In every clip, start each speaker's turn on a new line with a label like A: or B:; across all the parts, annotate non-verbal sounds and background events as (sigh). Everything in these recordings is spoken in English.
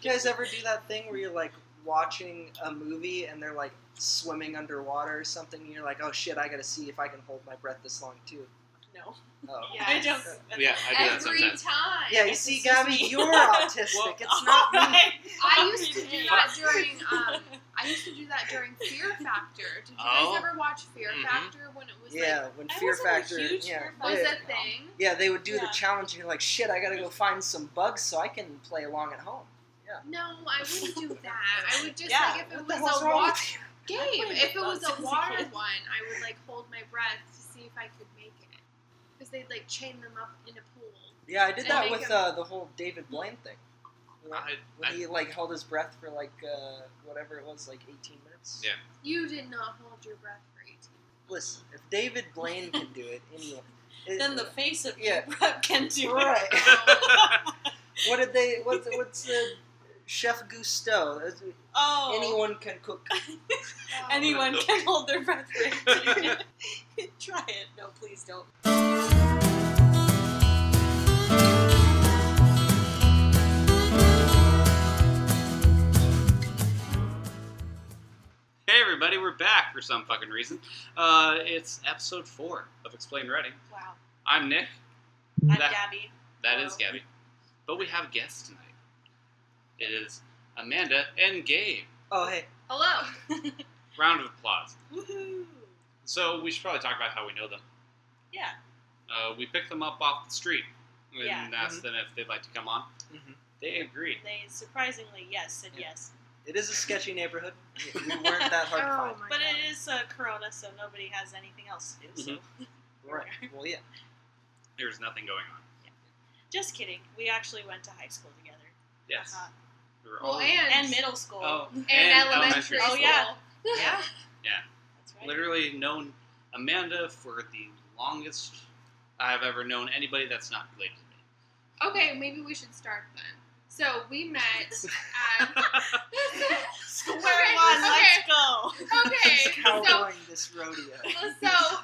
A: you guys ever do that thing where you're like watching a movie and they're like swimming underwater or something, and you're like, oh shit, I gotta see if I can hold my breath this long too.
B: No.
A: Oh.
B: Yeah, I don't.
C: Yeah, I do that
D: Every
C: sometimes.
D: time.
A: Yeah, you
B: It's
A: see,
B: just
A: Gabby,
B: me.
A: you're autistic.
C: Well,
A: it's
B: (laughs)
A: not me.
D: I used to do that
B: Yeah.
D: during. Um, I used to do that during Fear Factor. Did you
C: Oh.
D: guys ever watch Fear
C: Mhm.
D: Factor when it was
A: Yeah, when
B: I
A: Fear
B: wasn't a
A: Factor,
B: huge
A: yeah,
B: Fear
D: like was
A: yeah.
B: Factor.
D: a thing?
A: Yeah, they would do the
B: Yeah.
A: challenge, and you're like, shit, I gotta go find some bugs so I can play along at home.
D: No, I wouldn't do that. I would just
B: Yeah,
D: like if it
A: what the
D: was
A: hell's
D: a
A: wrong
D: water
A: with you?
D: game,
B: played
D: if it
B: with
D: was
A: (laughs)
B: bugs
D: a
B: as a
D: water
B: kid.
D: one, I would like hold my breath to see if I could make it because they'd like chain them up in a pool.
A: Yeah, I did
D: And
A: that
D: make
A: with
D: him-
A: uh, the whole David Blaine thing. You know,
C: I,
A: when
C: I,
A: he like held his breath for like uh, whatever it was, like 18 minutes.
C: Yeah.
D: You did not hold your breath for
B: (laughs)
D: 18
A: Listen, if David Blaine can do it, anyone. it-
B: Then the face of (laughs)
A: Yeah.
B: prep can do
A: (laughs)
B: it.
A: right.
D: minutes.
A: what did they? What's what's the Chef Gusteau? That's-
B: Oh.
A: Anyone can cook.
D: Oh.
B: Anyone can hold their
A: (laughs)
B: breath (laughs) for 18 minutes. Try it. No, please don't.
C: hey everybody, we're back for some fucking reason. Uh, it's episode four of Explain Reading.
B: Wow.
C: I'm Nick.
B: I'm
C: That-
B: Gabby.
C: That is
B: Hello.
C: Gabby. But we have guests tonight. It is Amanda and Gabe.
A: Oh hey,
D: Hello.
C: Round of applause.
B: Woohoo.
C: So we should probably talk about how we know them.
B: Yeah.
C: Uh, we picked them up off the street and
B: Yeah. Mm-hmm.
C: asked them if they'd like to come on.
A: Mhm.
C: They agreed.
B: They surprisingly, yes, said
A: Yeah.
B: yes.
A: it is a sketchy neighborhood. We weren't that hard to
D: (laughs) oh
A: find.
D: my
B: But
D: God.
B: it is uh, Corona, so nobody has anything else to do. So.
C: Mm-hmm.
A: Right. Well, yeah.
C: There's nothing going on.
B: Just kidding. We actually went to high school together.
C: Yes.
B: Uh-huh.
C: We were
D: Well,
C: all-
D: and,
B: And middle school.
C: Oh, and,
D: and elementary
B: Oh,
D: school.
B: yeah.
D: yeah.
B: Yeah.
C: Yeah.
B: That's right.
C: Literally known Amanda for the longest I've ever known anybody that's not related to
D: Okay, maybe we should start then. So
A: (laughs)
D: we met
C: (laughs)
D: at. (laughs)
C: me.
B: (laughs) Square
D: Okay,
B: one.
D: okay.
B: Let's go.
D: Okay,
A: Just
D: so,
A: cowboying this rodeo.
D: so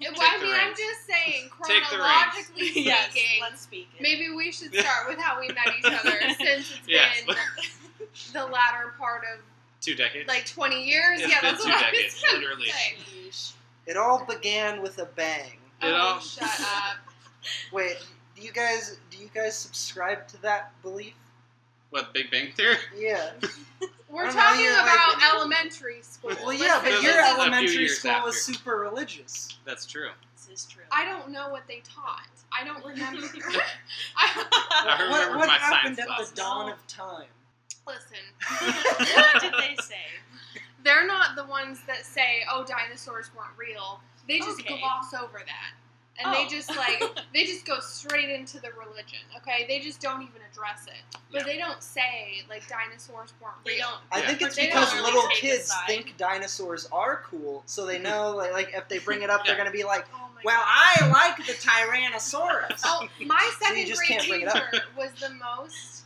D: it- well, I
C: the
D: mean, I'm
C: reins.
D: just saying,
C: Take the reins.
D: chronologically
C: (laughs)
B: (laughs)
D: speaking,
B: yes. Let's speak. it.
D: maybe we should start with how we met each
C: (laughs)
D: other since it's
C: Yes. (laughs)
D: been the latter part of
C: Two decades.
D: like 20 years.
C: It's
D: yeah,
C: been
D: that's
C: two
D: what I
C: decades,
D: was gonna
C: literally.
D: say.
A: It all began with a bang.
C: It
D: Oh,
C: all-
D: shut
C: (laughs)
D: up.
A: Wait, do you guys do you guys subscribe to that belief?
C: What Big Bang Theory?
A: Yeah.
D: We're
A: I don't know,
D: talking
A: you're
D: about
A: like-
D: elementary school.
A: Well, yeah,
C: It
A: but
C: was
A: your
C: a few
A: elementary
C: years
A: school was
C: after.
A: super religious.
D: (laughs)
C: That's true.
B: This is true.
D: I don't know what they taught. I don't
C: (laughs)
D: remember. (laughs) I,
C: I remember
A: what what
C: my
A: happened
C: science
A: at
C: classes.
A: the dawn of time?
D: listen,
B: what
C: Hmm?
B: did they say?
D: they're not the ones that say, "Oh, dinosaurs weren't real." They just
B: Okay.
D: gloss over that, and they
B: Oh. (laughs)
D: just like they just go straight into the religion. Okay, they just don't even address it. But
C: Yeah.
D: they don't say like dinosaurs weren't
B: (laughs) They
D: real.
B: don't.
A: I
C: Yeah.
A: think it's
B: They don't
A: because
B: really
A: little
B: take a
A: kids
B: side.
A: think dinosaurs are cool, so they know like, like if they bring it up, they're
C: Mm-hmm. Yeah.
A: gonna be like,
D: Oh my
A: "Well,
D: God.
A: I like the Tyrannosaurus."
D: (laughs) Oh, my
A: So (laughs)
D: second
A: you just
D: grade
A: can't bring it up.
D: teacher was the most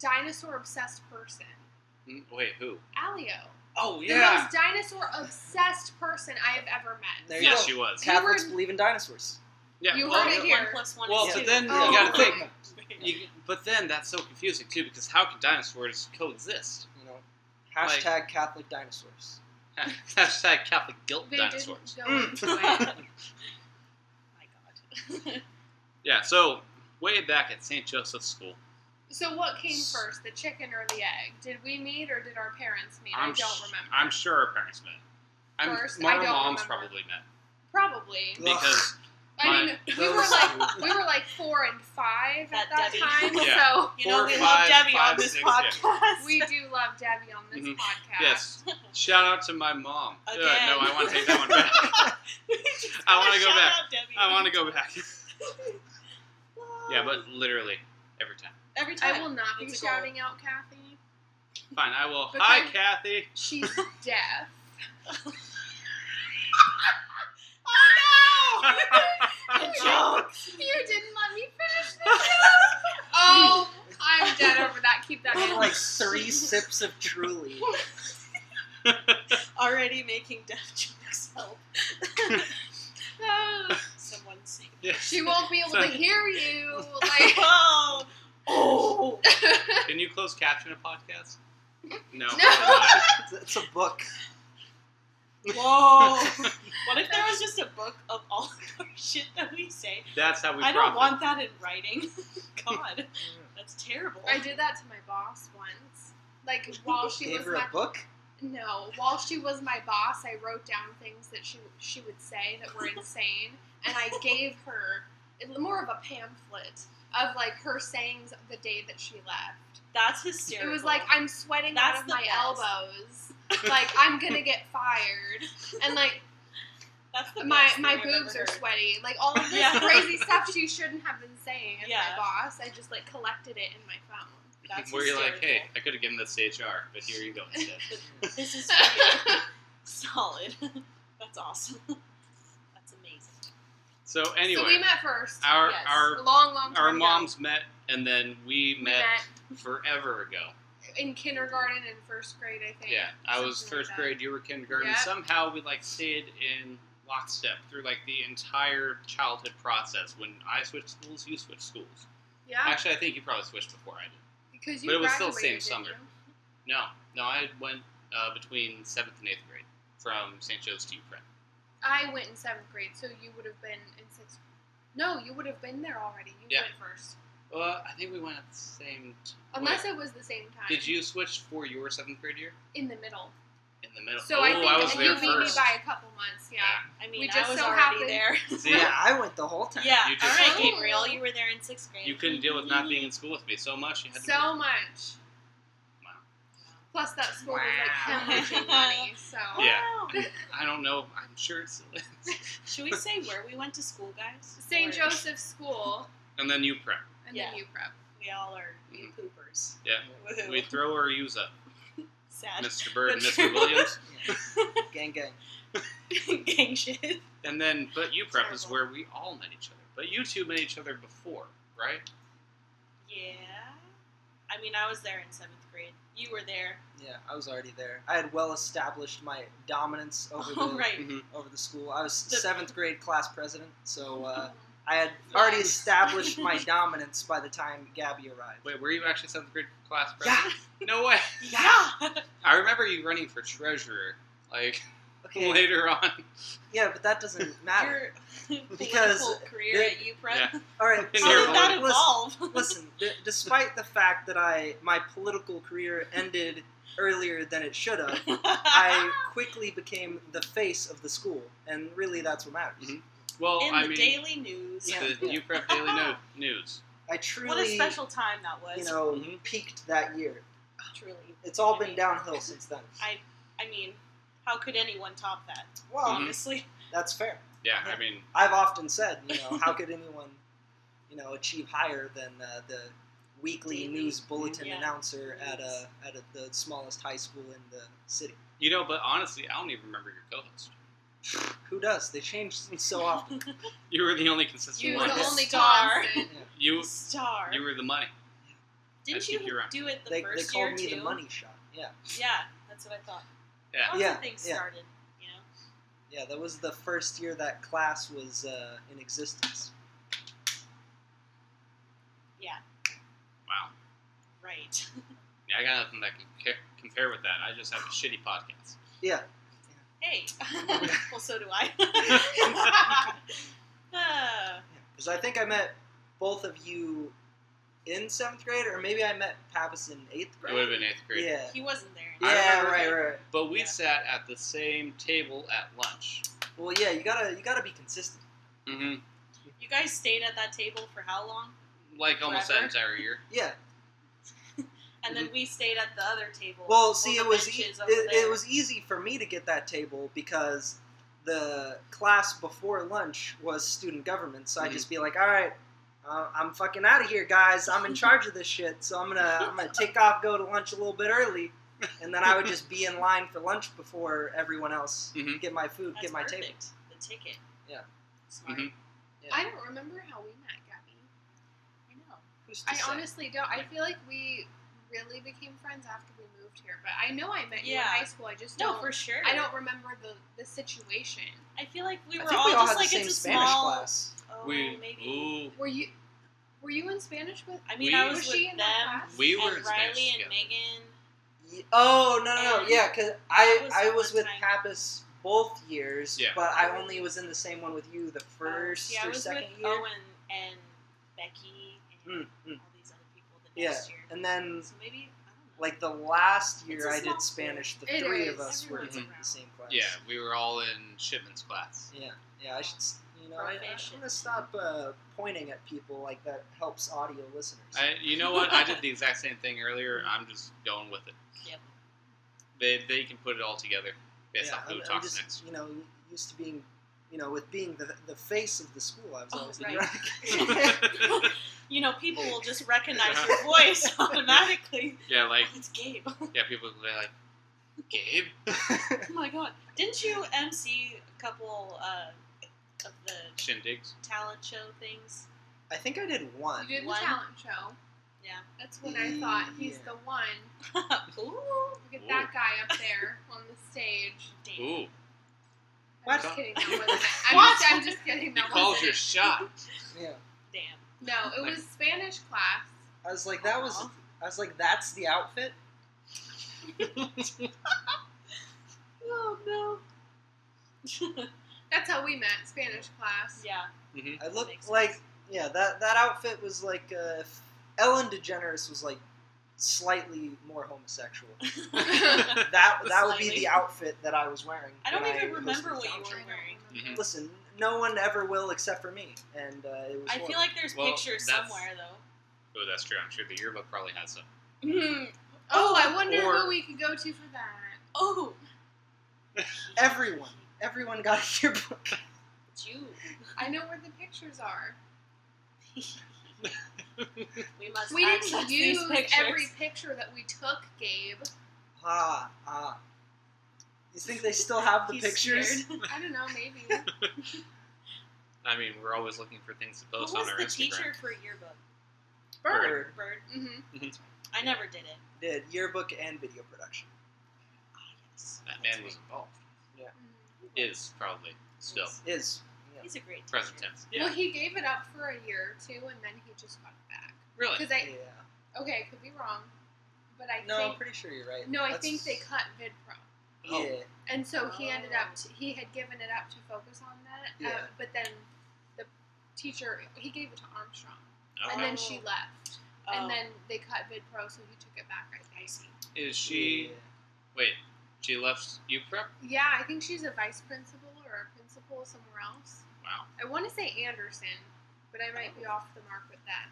D: dinosaur obsessed person.
C: Mm, Wait, who?
D: Alio,
C: Oh
D: the most dinosaur obsessed person I have ever met.
A: There you
C: Yes,
A: go.
C: she was.
A: Catholics
D: were-
A: believe in dinosaurs.
C: Yeah.
D: You
C: well,
D: heard it here.
B: One plus one
C: Well,
B: is
C: but
B: two. (laughs)
C: then
D: Oh.
C: you gotta think. You, but then that's so confusing too, because how can dinosaurs coexist? (laughs)
A: You know,
C: Like-
A: hashtag Catholic dinosaurs.
C: Hashtag Catholic guilt
D: They
C: dinosaurs.
D: didn't go
A: Mm.
D: into
A: (laughs)
D: it.
B: My God.
C: Yeah. So way back at St. Joseph's School,
D: So what came first, the chicken or the egg? Did we meet or did our parents meet? I
C: I'm
D: do
C: sh-
D: not remember.
C: I'm sure our parents met. I'm,
D: First, I
C: my
D: don't
C: mom's
D: remember.
C: probably met
D: Probably.
A: Ugh.
C: because
D: I mean, we were
A: Those
D: like (laughs)
A: two.
D: we were like four and five
B: That
D: at that
B: Debbie.
D: time.
C: (laughs) Yeah.
B: You
C: Four,
B: know, we
C: five,
B: love Debbie
C: five,
B: on this
C: six, yeah.
B: podcast.
D: So we do love Debbie on this
C: Mhm.
D: podcast.
C: yes. Shout out to my mom. Uh, no,
B: Again.
C: I want to take that one back. I wanna go back. I want to go back. Yeah, but literally every time.
B: (laughs) every time
D: I will not be
B: It's a goal.
D: shouting out Kathy.
C: Fine, I will.
D: But
C: Hi,
D: then-
C: Kathy.
B: (laughs)
D: She's deaf.
B: Oh
C: (laughs)
B: no! joke.
D: You didn't let me finish
C: (laughs)
D: this. oh, I'm dead over that. Keep
B: (laughs)
D: that in.
A: like three sips of Truly.
B: Already making
D: (laughs)
B: deaf jokes. Help!
D: Oh,
B: Someone sing.
C: Yeah.
D: she won't be able to
C: Sorry.
D: (laughs) hear you. Like
B: Whoa! Oh,
C: Can you close caption a podcast? No.
D: No.
C: probably not.
A: It's- It's a book.
B: whoa! (laughs) What if there was just a book of all (laughs) the shit that we say?
C: That's how we.
B: I don't
C: profit.
B: want that in writing. (laughs) God, that's terrible.
D: I did that to my boss once. Like while she
A: Gave
D: was
A: her a
D: my
A: book.
D: no, while she was my boss, I wrote down things that she she would say that were insane, and I gave her more of a pamphlet of like her sayings of the day that she left.
B: That's hysterical.
D: It was like I'm sweating
B: That's
D: out of
B: the
D: my
B: best.
D: elbows, like I'm gonna get fired, and like
B: that's the
D: my
B: best
D: my
B: thing I've ever
D: boobs are
B: heard.
D: sweaty. Like all
C: (laughs)
D: of this
B: Yeah.
D: crazy stuff she shouldn't have been saying as
B: Yeah.
D: my boss. I just like collected it in my phone.
B: That's
C: Where you're like, hey,
B: hysterical.
C: I could have given this to HR, but here you go instead.
B: This is
D: (laughs)
B: for you. solid. (laughs) That's awesome. (laughs) That's amazing.
C: So
D: so we
C: (laughs) anyway,
D: met first.
C: our
B: yes.
D: a
C: our
D: long, long time
C: our
D: ago.
C: moms met, and then we
D: We
C: met
D: met
C: forever ago.
D: in kindergarten and first grade, I think.
C: Yeah, I was
D: Something like
C: first
D: that.
C: grade. You were kindergarten.
D: Yep.
C: Somehow we like stayed in lockstep through like the entire childhood process. When I switched schools, you switched schools.
D: Yeah,
C: Actually, I think you probably switched before I did.
D: because you
C: but it was still the
D: graduated,
C: same
D: didn't
C: No, no, I went uh, between seventh and eighth grade from St. Joe's to Prep.
D: you? I went in seventh grade, so you would have been in sixth. No, you would have been there already. You
C: Yeah.
D: went first,
C: Well, I think we went at the same. T-
D: unless
C: wait,
D: it was the same time.
C: did you switch for your seventh grade year
D: in the middle?
C: in the middle?
D: So
C: oh,
D: I think
C: was
D: and
C: there
D: you beat
C: first.
D: me by a couple months. Yeah,
B: I mean,
D: We
B: I
D: just
B: was
D: so
B: already
D: happened- (laughs)
B: there.
C: See,
A: Yeah, I went the whole time.
B: yeah.
C: You just-
B: All right,
D: Oh.
B: Gabriel, you were there in sixth grade.
C: you couldn't deal with not being in school with me so much. You had to
D: so much.
C: Wow.
D: Plus that school
A: Wow.
D: was
B: (laughs)
D: like hemorrhaging money. So
C: Yeah.
B: Wow.
C: I don't know. I'm sure it's still is.
B: (laughs)
D: (laughs)
B: Should we say where we went to school, guys?
D: St.
B: Or-
D: Joseph's School
C: and then you prep.
D: and
B: Yeah.
D: then you prep.
B: We all are we poopers.
C: Yeah.
B: Woohoo.
C: We throw our use up,
B: (laughs)
C: (laughs)
B: Sad.
C: Mr. Bird and
B: That's
C: Mr.
B: true.
C: Williams,
A: Gang, gang.
B: (laughs) Gang shit.
C: and then
B: (laughs)
C: but you prep is
B: Terrible.
C: where we all met each other. But you two met each other before, right?
B: Yeah. I mean, I was there in seventh grade. You were there.
A: Yeah, I was already there. I had well established my dominance over the
B: (laughs) Oh, right.
C: Mm-hmm.
A: over the school. I was
B: The-
A: seventh grade class president, so uh,
D: Mhm.
A: I
B: (laughs)
A: had already
B: Nice.
A: established
B: (laughs)
A: my dominance by the time Gabby arrived.
C: Wait, were you actually seventh grade class
A: Yeah.
C: president? (laughs) No way.
B: Yeah.
C: I remember you running for treasurer,
B: (laughs)
C: like
A: Okay.
C: later on.
A: Yeah, but that doesn't matter.
B: (laughs) Your
A: Because
B: political career
A: they- (laughs)
B: at UPREP.
C: Yeah.
A: All
B: (laughs)
A: right.
C: How
B: How
C: They're
B: did that
A: listen-
B: (laughs) evolve?
A: Listen, d- despite the fact that I my political career ended earlier than it should
B: (laughs)
A: have, I quickly became the face of the school, and really that's what matters.
C: Mhm. Well,
B: in
C: I
B: the
C: mean,
B: Daily News.
A: Yeah.
C: the you prep
B: (laughs)
C: daily no- news.
A: I
B: What a
A: truly,
B: special time that was.
A: you know,
C: Mhm.
A: peaked that year.
B: Truly.
A: It's all been downhill since then.
B: I, I mean, how could anyone top that?
A: Well,
C: Mhm.
B: Honestly.
A: that's fair.
C: Yeah,
A: Yeah.
C: I mean,
A: I've often said, you know,
B: (laughs)
A: how could anyone, you know, achieve higher than uh, the weekly
B: Daily.
A: news bulletin
B: Yeah.
A: announcer at
B: News.
A: a at a, the smallest high school in the city?
C: you know, but honestly, I don't even remember your co-host.
A: Who does? They change (laughs) so often.
B: (laughs)
C: You were the only consistent
D: You
B: You
D: were
C: one.
B: were
D: the
B: the
D: only
B: star.
D: constant.
C: (laughs) you,
B: Star.
C: you were the money.
B: Didn't
C: keep you
B: you
C: around.
B: do it the
A: they, they
B: first
A: called
B: year
A: me
B: too?
A: the money shot. Yeah,
B: Yeah, that's what I thought.
C: Yeah.
B: Lots of
A: Yeah,
B: things
A: yeah.
B: started. You know.
A: yeah. That was the first year that class was uh, in existence.
B: Yeah.
C: Wow.
B: Right.
C: Yeah, I got nothing that can ca- compare with that. I just have a shitty podcast.
A: Yeah. (laughs)
B: Hey. well, so do I. (laughs) Ah,
A: Because I think I met both of you in seventh grade, or maybe I met Pappas in eighth
C: It would
A: grade.
C: have been eighth grade.
A: Yeah.
B: he wasn't there.
C: I
A: Yeah,
C: remember
A: right,
C: that.
A: right.
C: But we
B: Yeah.
C: sat at the same table at lunch.
A: Well, yeah, you gotta you gotta be consistent.
C: hmm
B: You guys stayed at that table for how long?
C: Like almost that
B: Forever?
C: entire year.
A: Yeah.
B: And then we stayed at the other table.
A: Mm-hmm. Well,
B: on
A: see,
B: the
A: it was e-
B: benches
A: it,
B: over there.
A: it was easy for me to get that table because the class before lunch was student government, so I'd
C: Mhm.
A: just be like, "All right, uh, I'm fucking out of here, guys. I'm in (laughs) charge of this shit, so I'm gonna I'm gonna take off, go to lunch a little bit early." And then I would just be in line for lunch before everyone else.
C: Mhm.
A: Get my food,
B: That's
A: get my
B: perfect.
A: table.
B: The ticket.
A: Yeah.
B: Smart.
C: Mhm.
A: Yeah.
D: I don't remember how we met, Gabby.
B: I know.
A: Who's to
D: I
A: say?
D: honestly don't. I feel like we really became friends after we moved here, but I know I met you in
B: Yeah.
D: high school. I just
B: No,
D: don't.
B: for sure.
D: I don't remember the the situation.
B: I feel like we
A: I
B: were
A: think we all
B: just
A: had the
B: like
A: same
B: it's a
A: Spanish
B: small.
A: class.
B: Oh,
C: we
B: maybe.
C: ooh,
D: Were you? Were you in Spanish with?
B: I mean,
C: We-
B: I was,
D: was
B: with
D: she in
B: them
D: that class?
C: We were in
B: and
C: Spanish
B: Riley and
C: together.
B: Megan.
A: Y- Oh no no no
B: And
A: yeah because I
B: was
A: I was
B: one
A: with
B: time-
A: Pappas both years
C: Yeah.
A: but I only was in the same one with you the first
B: yeah, Oh, I
A: or
B: was
A: second
B: with
A: year
B: Owen and Becky
A: Mm,
B: and
A: mm.
B: all these other people the
A: Yeah,
B: next year.
A: and then
B: So maybe I don't know.
A: like the last
B: It's
A: year
B: a
A: I
B: small
A: did Spanish the
D: It
A: three
D: is.
A: of us were in
B: Everyone's
A: the
B: around.
A: same class
C: Yeah, we were all in Shipman's class.
A: yeah yeah I should s- you know I, I'm
B: Proficient.
A: gonna stop uh, pointing at people like that helps audio listeners
C: I, you know what? I did the exact same thing earlier. I'm just going with it.
B: Yep.
C: They, they can put it all together based
A: yeah,
C: off who
A: I'm, I'm
C: talks
A: just, (laughs)
C: next.
A: you know used to being you know with being the the face of the school I was
B: Oh,
A: always
B: right.
A: the drag.
B: (laughs) you know, people will just recognize your voice (laughs) automatically.
C: (laughs) yeah, like
B: (laughs) Oh, it's Gabe.
C: yeah, people they're like Gabe.
B: Oh my god! Didn't you MC a couple uh, of the
C: Shindigs.
B: talent show things?
A: (laughs) I think I did one.
D: You did
B: One.
D: the talent show.
B: Yeah. (laughs)
D: That's when I thought he's
A: Yeah.
D: the one.
B: Ooh,
D: Look at that guy up there on the stage.
B: damn.
C: Ooh,
D: I'm
A: What?
D: just kidding. That wasn't it. I'm,
B: What?
D: Just, I'm just kidding.
C: you
D: That
C: called
D: wasn't
C: your
D: it.
C: shot.
A: Yeah.
B: damn.
D: No, it was Spanish class.
A: I was like, that was. I was like, that's the outfit.
B: Oh no.
D: That's how we met. Spanish class.
C: (laughs)
B: yeah.
A: I
B: (laughs) Makes
A: looked
B: sense.
A: like, yeah, that that outfit was like uh, if Ellen DeGeneres was like slightly more
B: (laughs)
A: homosexual.
B: I
A: That that would be
B: Slightly.
A: the outfit that I was wearing.
B: don't
A: when
B: even
A: hosted
B: remember
A: the
B: what you
A: talent
B: were
A: show.
B: wearing.
C: Mhm.
A: Listen, no one ever will except for me, and uh, it was.
B: I
A: horrible.
B: feel like there's
C: Well,
B: pictures
C: that's-
B: somewhere though.
C: Oh, that's true. I'm sure the yearbook probably has some.
D: Mhm. Oh, I wonder
C: Or-
D: who we could go to for that.
B: Oh,
A: everyone, everyone got a yearbook.
B: it's you.
D: I know where the pictures are.
B: We must.
D: We
B: access
D: didn't
B: these
D: use
B: pictures.
D: every picture that we took, Gabe.
A: Ah ah. You think they still have the
B: He's
A: pictures?
B: (laughs) scared.
D: I don't know, maybe.
C: I mean, we're always looking for things to
B: Who was
C: post on our
B: the
C: Instagram.
B: teacher for yearbook?
A: Bird.
B: Bird.
D: hmm
B: I never did it.
A: did yearbook and video production.
B: Ah, yes.
C: That man was involved. Is probably still
B: Yes.
A: Is yeah.
B: He's a great teacher.
C: present tense.
D: Well, he gave it up for a year or two, and then he just got it back.
C: really.
D: Because I
A: yeah.
D: okay, I could be wrong, but I
A: No, I'm
D: think
A: pretty sure you're right.
D: no, I
A: That's-
D: think they cut VidPro,
A: Yeah,
C: Oh.
D: and so he ended
B: Oh.
D: up t he had given it up to focus on that. Uh,
A: Yeah.
D: but then the teacher he gave it to Armstrong,
C: Okay.
D: and then she left,
B: Oh,
D: and then they cut VidPro, so he took it back. I
B: I
D: think.
B: see.
C: Is she? Wait, she left you prep?
D: Yeah, I think she's a vice principal or a principal somewhere else.
C: Wow.
D: I want to say Anderson, but I might be off the mark with that.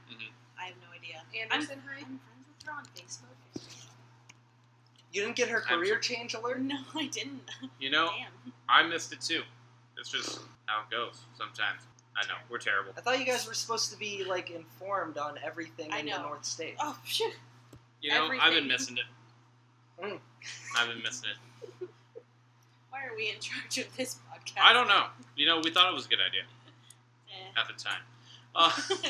B: I have no idea.
D: Anderson High.
B: I'm friends with her on Facebook.
A: You didn't get her
C: I'm
A: career change alert.
B: No, (laughs) I didn't.
C: You know,
B: Damn.
C: I missed it too. It's just how it goes sometimes. I know we're terrible.
A: I thought you guys were supposed to be like informed on everything
B: I
A: in
B: know.
A: the North State.
B: Oh, shoot.
C: You know, I've been
B: Everything.
C: missing it.
A: Mm.
C: I've been missing it.
B: Why are we in charge of this podcast?
C: I don't know. You know, we thought it was a good idea
B: Eh.
C: at the time. Uh, (laughs)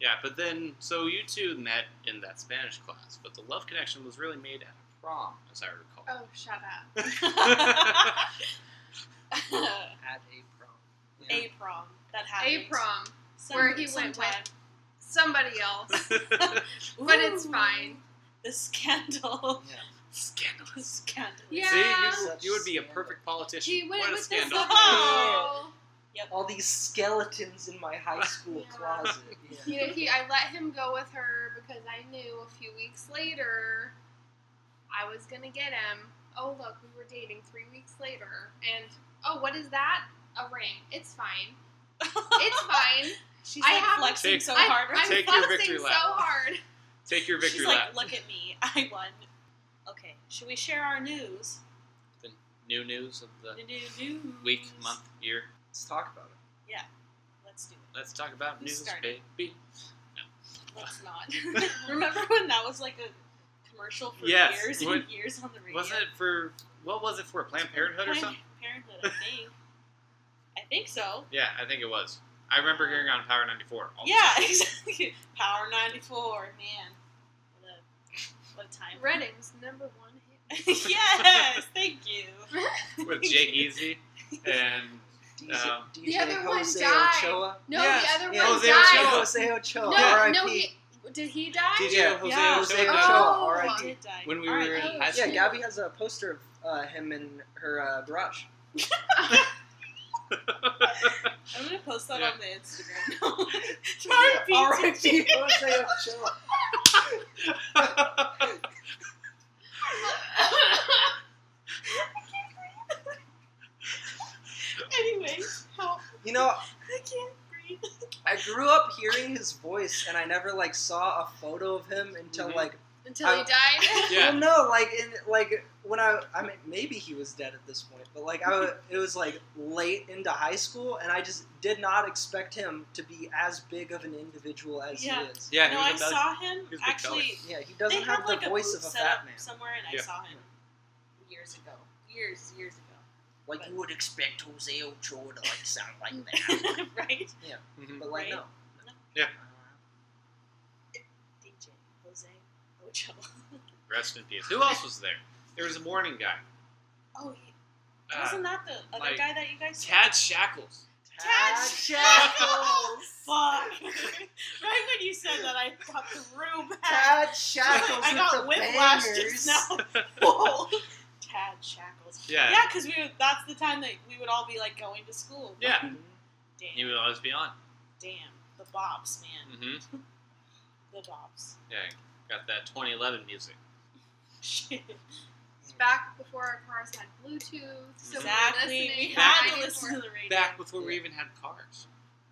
C: yeah, but then so you two met in that Spanish class, but the love connection was really made at a prom, as I recall.
D: Oh, shut (laughs) up.
A: At a prom. Yeah.
B: (laughs) a prom. That happened.
D: A prom.
B: Some-
D: where he went
B: sometime.
D: Somebody else. But it's fine.
B: The scandal. (laughs)
A: Yeah.
C: Scandalous.
B: The scandal.
D: Yeah.
C: See, you,
A: Such
C: you would be a
A: scandal.
C: perfect politician.
D: He went
C: what a
D: with this
C: scandal.
B: (laughs)
D: little
C: (laughs)
B: Oh.
D: girl.
A: All these skeletons in my high school
D: (laughs) Yeah.
A: closet. Yeah.
D: You know, he, I let him go with her because I knew a few weeks later I was going to get him. Oh, look, we were dating three weeks later. And, oh, what is that? A ring. It's fine. It's fine.
B: (laughs) She's
D: I
B: like
D: have-
B: flexing
C: Take-
B: so
D: I'm,
B: hard.
D: I'm
C: Take your
D: fussing
C: victory
D: so
C: lap.
D: hard.
C: Take your victory
B: She's
C: lap.
B: like, look at me. I won. Okay. Should we share our news?
C: the new news of the
B: The new news.
C: week, month, year.
A: Let's talk about it.
B: Let's do it.
C: Let's talk about
B: Who
C: news,
B: started?
C: baby.
B: Let's not. (laughs) Remember when that was like a commercial for
C: Yes.
B: years and
C: What-
B: years on the radio?
C: Wasn't it for what was it for? Planned Parenthood or
B: Planned
C: something?
B: Parenthood,
C: (laughs)
B: I think. I think so.
C: Yeah, I think it was. I remember hearing on Power 94. all the
B: yeah, (laughs)
C: time.
B: exactly. Power 94, man. What a, what a time.
D: Redding's number one
A: (laughs)
C: (laughs)
B: (laughs)
D: hit.
B: yes, thank you. (laughs)
C: with Jake Easy and
A: DJ,
C: Um,
A: DJ
D: The other one
A: Jose
D: died.
A: Ochoa.
D: No,
C: Yes,
D: the other
A: yeah,
D: one
C: Jose
D: died.
C: Ochoa.
A: Jose Ochoa.
D: No,
A: R.I.P.
D: no, he did he die?
C: DJ
A: Yeah,
C: Jose
B: yeah.
C: Ochoa
A: Jose
C: died
A: Ochoa,
D: Oh.
A: (laughs)
B: I
A: R.I.P.
B: did die.
C: when we
B: R.I.P.
C: were in high
D: Yeah,
A: Yeah,
C: school.
A: Gabby has a poster of uh, him in her uh, garage.
B: I'm gonna post that
C: Yeah.
B: on the Instagram. (laughs)
C: (laughs)
A: R.I.P.
B: R.I.P.
A: (laughs) Jose Ochoa.
B: anyway, help.
A: You know,
B: I can't breathe.
A: I grew up hearing his voice, and I never like saw a photo of him until
C: Mhm.
A: like
D: Until he
A: I-
D: died.
A: I
C: (laughs) yeah,
A: don't know, like in like when I I mean maybe he was dead at this point, but like I wa- it was like late into high school, and I just did not expect him to be as big of an individual as
B: Yeah.
A: he is.
C: (laughs) yeah.
B: no,
C: he
B: I
C: was about-
B: saw him
C: he was a big
B: actually.
A: Yeah, he doesn't
B: they
A: have,
B: have, like
A: the voice
B: booth
A: of a
B: set
A: fat
B: up
A: man,
B: somewhere, and I
C: Yeah.
B: saw him years ago. Years, years
C: (laughs)
B: ago. (laughs)
A: like
B: but-
A: you would expect Jose Ochoa to like sound like
B: (laughs)
A: that,
B: right?
C: Mhm.
A: but like
B: Right?
A: no.
B: No.
C: Yeah.
B: DJ Jose Ocho.
C: Rest in peace. Who else was there? There was a morning guy.
B: Oh, he,
C: Uh,
B: wasn't that the other
C: like,
B: guy that you guys? saw?
C: Tad Shackles.
A: Tad
B: Shackles!
A: Shackles.
B: Fuck! (laughs) right when you said that, I thought the room had.
A: Tad
B: (laughs)
A: Shackles
B: I
A: with
B: got
A: the
B: whiplash
A: bangers. (laughs)
B: just now. Whoa. Tad Shackles.
C: Yeah.
B: Yeah, because we would, that's the time that we would all be like going to school.
C: Yeah.
A: Mhm.
B: Damn.
C: He would always be on.
B: Damn. The Bobs, man.
C: Mm-hmm. Mm.
B: The Bobs. (laughs)
C: Yeah, got that 2011 music.
B: Shit.
D: Back before our cars had Bluetooth, so
B: Exactly.
D: we
B: We
D: were listening
B: had to
D: back
B: listen to
D: and forth.
B: the radio.
C: Back before we
A: Yeah.
C: even had cars.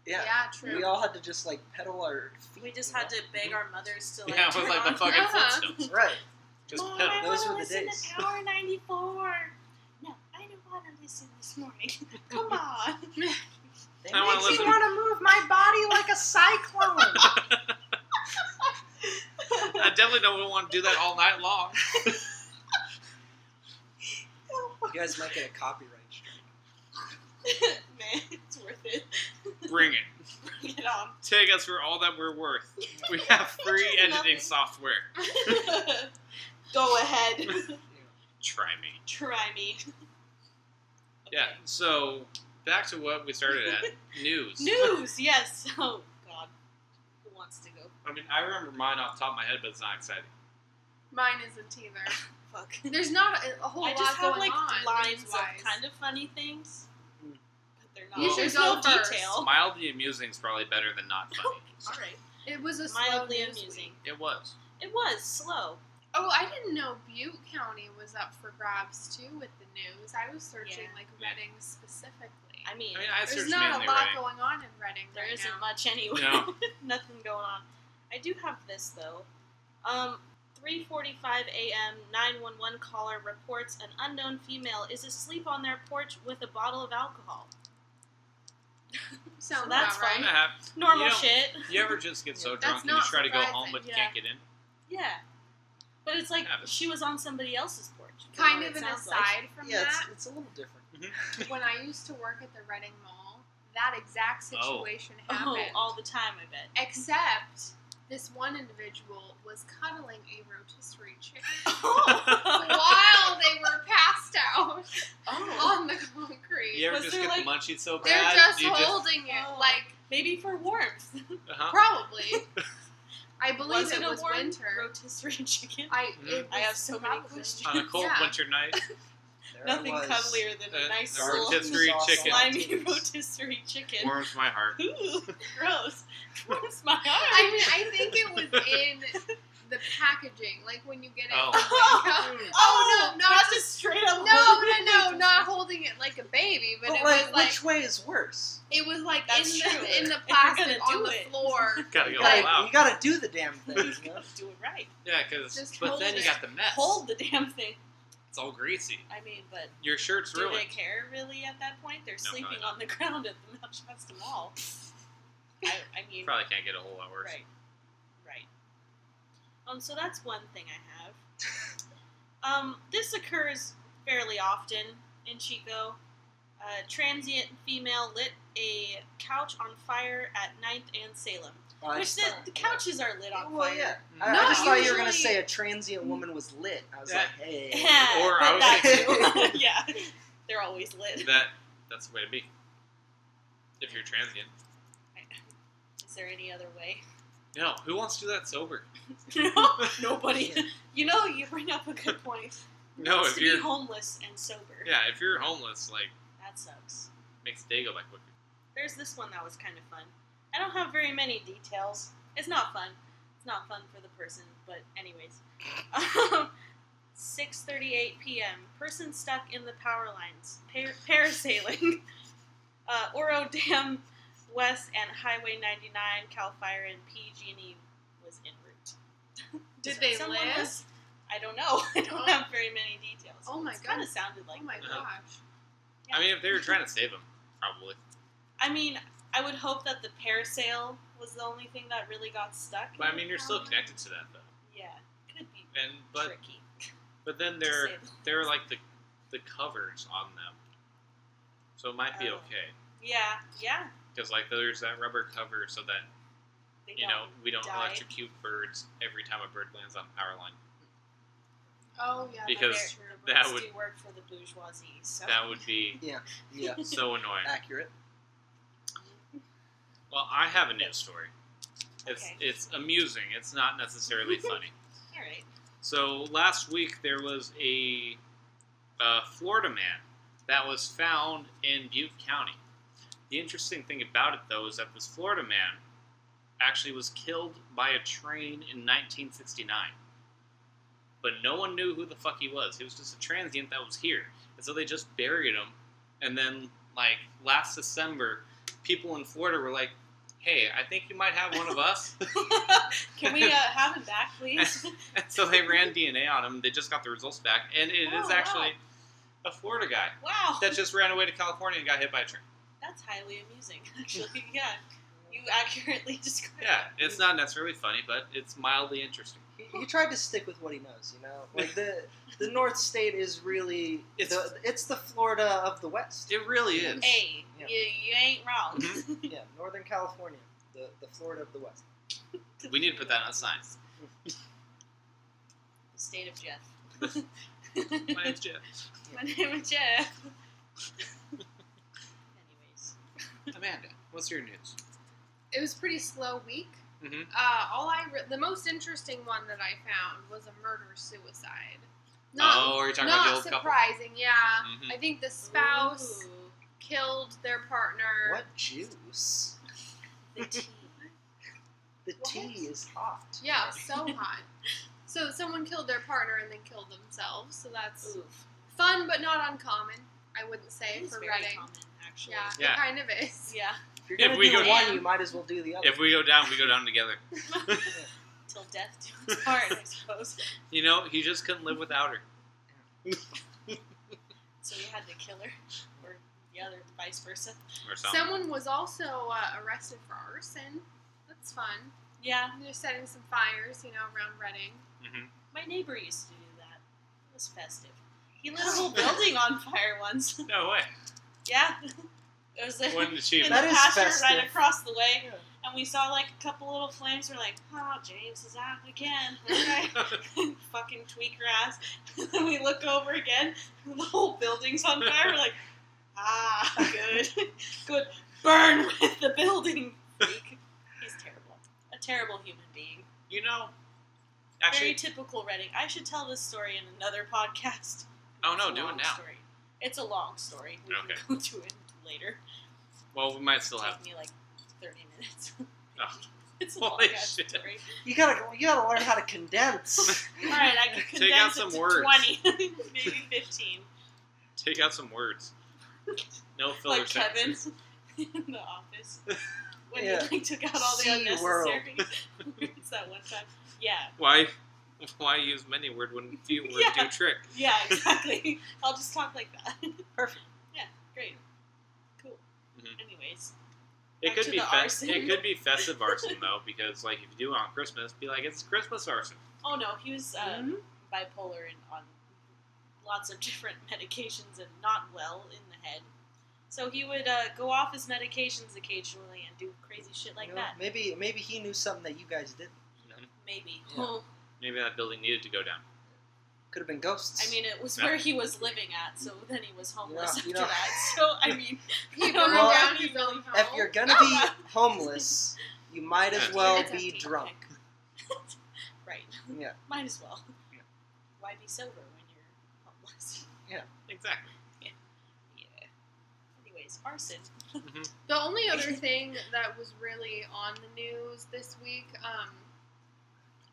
A: Yeah.
D: Yeah, true.
A: We all had to just like pedal our feet.
B: We just
A: you
B: had
A: know?
B: to beg our mothers to like.
C: Yeah, it
B: turn
C: was like
B: on
C: the fucking
D: Uh-huh.
B: (laughs)
C: Flintstones.
A: Right.
C: (laughs) Just
B: Mom,
C: pedal.
B: I
A: Those
B: wanna
A: were the
B: listen
A: days.
B: to Power 94. No, I don't want to listen this morning. (laughs) Come on.
A: It
C: I wanna
A: makes
C: listen.
A: me want to move my body like a
B: (laughs)
A: cyclone.
C: (laughs) I definitely don't want to do that all night long.
A: you guys might get a copyright strike.
B: (laughs) Man, it's worth it.
C: Bring it.
B: Bring it on.
C: Take us for all that we're worth. We have free
B: Nothing.
C: editing software.
B: (laughs) Go ahead.
C: Try me.
B: Try me.
C: Yeah, so back to what we started at news.
B: News, yes. (laughs) Oh, God. Who wants to go?
C: I mean, I remember mine off the top of my head, but it's not exciting.
D: Mine isn't either.
B: Fuck.
D: There's not a, a whole
B: I
D: lot
B: just have
D: going
B: like
D: on.
B: lines of
D: news-wise.
B: kind of funny things,
A: Mm.
B: but they're not.
C: You should
B: There's
D: go
B: no
D: first.
B: detail.
C: Mildly amusing is probably better than not funny.
B: All right,
D: It was a slow
B: mildly
D: news
B: amusing.
D: week.
C: It was.
B: It was slow.
D: Oh, I didn't know Butte County was up for grabs too with the news. I was searching
B: Yeah.
D: like
C: Yeah.
D: Reading specifically.
B: I mean,
C: I mean, I
D: There's
C: searched
D: not
C: mainly
D: a lot
C: writing.
D: going on in Reading
B: there
D: right
B: isn't
D: now.
B: much anyway.
C: No.
B: Nothing going on. I do have this though. Um, 3:45 a.m. 911 caller reports an unknown female is asleep on their porch with a bottle of alcohol.
D: Sounds
B: So that's
D: about
B: fun.
D: right.
C: That hap-
B: Normal
C: You know-
B: shit.
C: You ever just get so
A: That's
C: drunk and you
D: not
C: try to go home
D: surprising,
C: but you
B: yeah.
C: can't get in?
B: Yeah, but it's like
C: Yeah, but-
B: she was on somebody else's porch. from
D: Kind
B: what
D: of
B: it
D: an
B: sounds like.
D: aside from
A: Yeah, it's,
D: that,
A: it's a little different.
C: (laughs)
D: when I used to work at the Reading Mall, that exact
C: Oh.
D: situation
B: Oh,
D: (laughs) happened.
B: all the time, I bet.
D: Except this one individual was cuddling a rotisserie
B: (laughs)
D: chicken (laughs) while
B: Wild.
D: they were passed out
B: Oh.
D: (laughs) on the concrete.
C: You ever
B: Was
C: just
B: there,
C: get
B: like-
C: the munchies so
D: They're
C: bad?
D: just
C: you
D: holding it
B: Oh.
D: like
B: Maybe for warmth.
C: uh-huh. (laughs)
D: probably. I believe
B: was
D: it,
B: a
D: was
B: warm
D: winter.
B: rotisserie (laughs) chicken?
D: I
C: Mhm.
D: it
B: I have
D: was
B: so many
D: probably-
B: questions. (laughs)
C: on a cold
D: Yeah.
C: winter night.
A: There
B: Nothing
A: I was.
B: cuddlier than a
C: Uh,
B: nice
C: a
B: little (laughs)
C: rotisserie
A: Sauce
C: chicken.
A: on
B: slimy
A: titties.
B: rotisserie chicken.
C: Warms my heart.
B: Ooh, (laughs) gross.
D: (laughs)
B: Gross my
D: I
B: heart.
D: mean, I think it was
C: (laughs)
D: in the packaging, (laughs) like when you get it.
C: Oh.
D: from Winco.
B: oh
D: no,
B: no,
D: not
B: not
D: just-
B: just straight up.
D: No, no, no, not holding it like a baby, but,
A: But,
D: it
A: like,
D: was like
A: which way is worse?
D: it was like in
B: That's true.
D: the in
B: If
D: the
B: you're
D: plastic
B: gonna
D: on
B: do
D: the
B: it.
D: floor.
C: (laughs)
B: (laughs)
C: Gotta
B: Oh,
C: go
A: like,
C: all out.
A: you gotta do the damn thing.
B: You (laughs)
A: you know?
B: gotta do it right.
C: Yeah, because
D: Just
C: but
D: hold
C: then you
D: it.
C: got the mess.
B: Hold the damn thing.
C: It's all greasy.
B: I mean, but
C: Your shirt's
B: do they
C: ruined.
B: care really at that point? They're
C: No,
B: sleeping
C: probably not.
B: on the (laughs) ground at the Mount Shasta Mall.
C: (laughs)
B: I, I mean,
C: Probably can't get a whole lot worse.
B: Right. Right. Um, so that's one thing I have. (laughs) um, this occurs fairly often in Chico. A transient female lit a couch on fire at 9th and Salem.
A: Uh, I
B: Which
A: just
B: the,
A: thought-
B: the couches are lit on
A: Well,
B: fire.
A: yeah.
C: Mm-hmm.
A: I, I
C: (laughs)
D: Not
A: just thought you were gonna
D: usually-
A: say a transient woman was lit. I was
C: Yeah.
A: like, hey.
B: (laughs) Yeah,
C: Or
B: but
C: I was
B: that (laughs)
C: (laughs)
A: thinking-
B: too. yeah. They're always lit.
C: That that's the way to be. if you're transient.
B: Is there any other way? (laughs)
C: No, who wants to do that sober?
B: Nobody. You know, you bring up a good point.
C: (laughs) No,
B: It's
C: if
B: to be
C: you're
B: homeless and sober.
C: yeah, if you're homeless, like
B: That sucks.
C: makes the day go by quicker.
B: There's this one that was kind of fun. I don't have very many details. It's not fun. It's not fun for the person, but anyways. Um, 6:38 p.m. Person stuck in the power lines, par- parasailing. (laughs) uh, Oro Dam West and Highway 99, Cal Fire and PG&E was en route.
D: Did
B: So-
D: they
B: someone
D: live?
B: was- I don't know. (laughs) I don't have very many details.
D: Oh my
B: Kind of
D: goodness.
B: sounded like
D: oh my
C: Uh-huh.
D: gosh.
C: I mean, if they were trying to save him, probably.
B: I mean, I would hope that the parasail was the only thing that really got stuck. Um,
C: But I mean, you're still connected to that though.
B: yeah, could be
C: And but
B: tricky.
C: but then
B: to
C: they're
B: say the-
C: they're like the the covers on them, so it might be
B: Oh.
C: okay
B: yeah, yeah.
C: because like there's that rubber cover so that
B: They
C: you know we don't
B: die.
C: electrocute birds every time a bird lands on a power line.
D: Oh yeah.
C: Because
D: that's true.
B: the
C: that
B: birds
C: would-
B: do work for the bourgeoisie. So
C: That would
B: (laughs)
C: be
A: Yeah,
C: so annoying.
A: accurate.
C: Well, I have a news story. It's
B: Okay.
C: it's amusing. It's not
B: (laughs)
C: necessarily funny.
B: all right. (laughs)
C: So last week there was a, uh Florida man that was found in Butte County. The interesting thing about it, though, is that this Florida man actually was killed by a train in 1969. But no one knew who the fuck he was. He was just a transient that was here. And so they just buried him. And then, like, last December, people in Florida were like, hey, I think you might have one of us.
B: Can we uh, have him back,
C: (laughs)
B: please?
C: And so they ran DNA on him. They just got the results back, and it is
B: Oh, wow.
C: actually a Florida guy
B: wow,
C: that just ran away to California and got hit by a train.
B: that's highly amusing. Actually, (laughs) yeah, you accurately (laughs) described.
C: Yeah,
B: it.
C: it's not necessarily funny, but it's mildly interesting.
A: He, he tried to stick with what he knows, you know. Like the the North State is really
C: It's-
A: the, it's the Florida of the West.
C: It really is.
B: Hey,
A: Yeah.
B: you, you ain't wrong.
C: Mhm.
A: Yeah, Northern California, the, the Florida of the West.
C: We need to put that on signs.
B: The state of Jeff.
C: My
B: (laughs)
C: name's Jeff.
B: My name is Jeff. (laughs) Anyways,
C: Amanda, what's your news?
D: It was pretty slow week.
C: Mhm.
D: Uh, all I re- the most interesting one that I found was a murder suicide. Not,
C: oh, are you talking about the
D: not
C: old
D: surprising. Yeah,
C: couple? Mhm.
D: I think the spouse
B: Ooh,
D: killed their partner.
A: What juice?
B: the tea.
A: The
D: What?
A: tea is hot.
D: Yeah, so
B: (laughs)
D: hot. So someone killed their partner and then killed themselves. So that's
B: Oof.
D: fun, but not uncommon. I wouldn't say
B: It's
D: for
B: very
D: Reading.
B: common, actually.
D: Yeah,
C: Yeah.
D: it kind of is.
B: Yeah.
A: If you're
C: If
A: gonna
C: we
A: do
C: go-
A: one, you might as well do the other.
C: If we go down, we go down together.
B: Till death do (laughs) us part, I suppose.
C: You know, he just couldn't live without her.
B: So you had the killer, or the other, vice versa.
C: Or something.
D: Someone was also uh, arrested for arson. That's fun.
B: Yeah.
D: They're setting some fires, you know, around Reading.
C: Mhm.
B: My neighbor used to do that. It was festive. He lit a (laughs) whole building on fire once. (laughs)
C: No way.
B: Yeah. It was like (laughs)
C: What an
B: in the
C: achievement.
A: That is
B: pasture right
A: festive.
B: across the way.
A: Yeah.
B: and we saw like a couple little flames. We're like, oh, James is out (laughs) again. Okay. Fucking tweak her ass. (laughs) and we look over again, (laughs) and the whole building's on fire. We're like, ah, good. (laughs) good. Burn with the building. Freak. He's terrible. A terrible human being.
C: (laughs) You know, actually,
B: Very typical Reading. I should tell this story in another podcast.
C: Oh, no,
B: It's a
C: do it
B: long
C: now.
B: Story. It's a long story. We
C: Okay.
B: can go to it later.
C: well, we might still
B: It'll
C: have.
B: take me like 30 minutes. (laughs)
C: Oh.
B: It's a long
C: Holy
B: ass
C: shit.
B: story.
A: You gotta you gotta learn how to
D: (laughs)
A: condense.
B: All right, I can condense
C: Take out
B: it
C: some
B: to
C: words.
B: twenty, (laughs) maybe fifteen.
C: Take out some words. No filler
B: like Kevin
C: sentences.
B: (laughs) in the office when
A: Yeah.
B: he like took out all the
A: Sea world.
B: unnecessary. (laughs) it's that one time. Yeah,
C: Why? Why use many word when few word
B: Yeah.
C: do trick?
B: yeah, (laughs) exactly. I'll just talk like that. (laughs)
A: Perfect. Mm-hmm.
B: Yeah, great, cool.
C: Mhm.
B: Anyways,
C: It
B: Back
C: could
B: to
C: be
B: the
C: fes-
B: arson.
C: it could be festive arson though, because like if you do it on Christmas, be like it's Christmas arson.
B: oh no, he was uh,
A: Mhm.
B: bipolar and on lots of (laughs) different medications and not well in the head. So he would uh, go off his medications occasionally and do crazy shit like
A: You know,
B: that.
A: Maybe maybe he knew something that you guys didn't.
B: Maybe.
A: Yeah.
C: Maybe that building needed to go down.
A: Could have been ghosts.
B: I mean, it was
C: Yeah.
B: where he was living at, so then he was homeless
A: Yeah,
B: after
A: you know-
B: that. (laughs) So I mean,
D: He burned
A: Well,
D: down his own home.
A: if you're gonna
D: (laughs)
A: be homeless, you might as
C: Yeah.
A: well
D: It's
A: be
D: empty.
A: drunk.
B: (laughs) right,
A: Yeah.
B: might as well.
C: Yeah.
B: Why be sober when you're homeless? (laughs)
C: Exactly.
B: yeah. Anyways, arson.
D: The only other thing that was really on the news this week, um,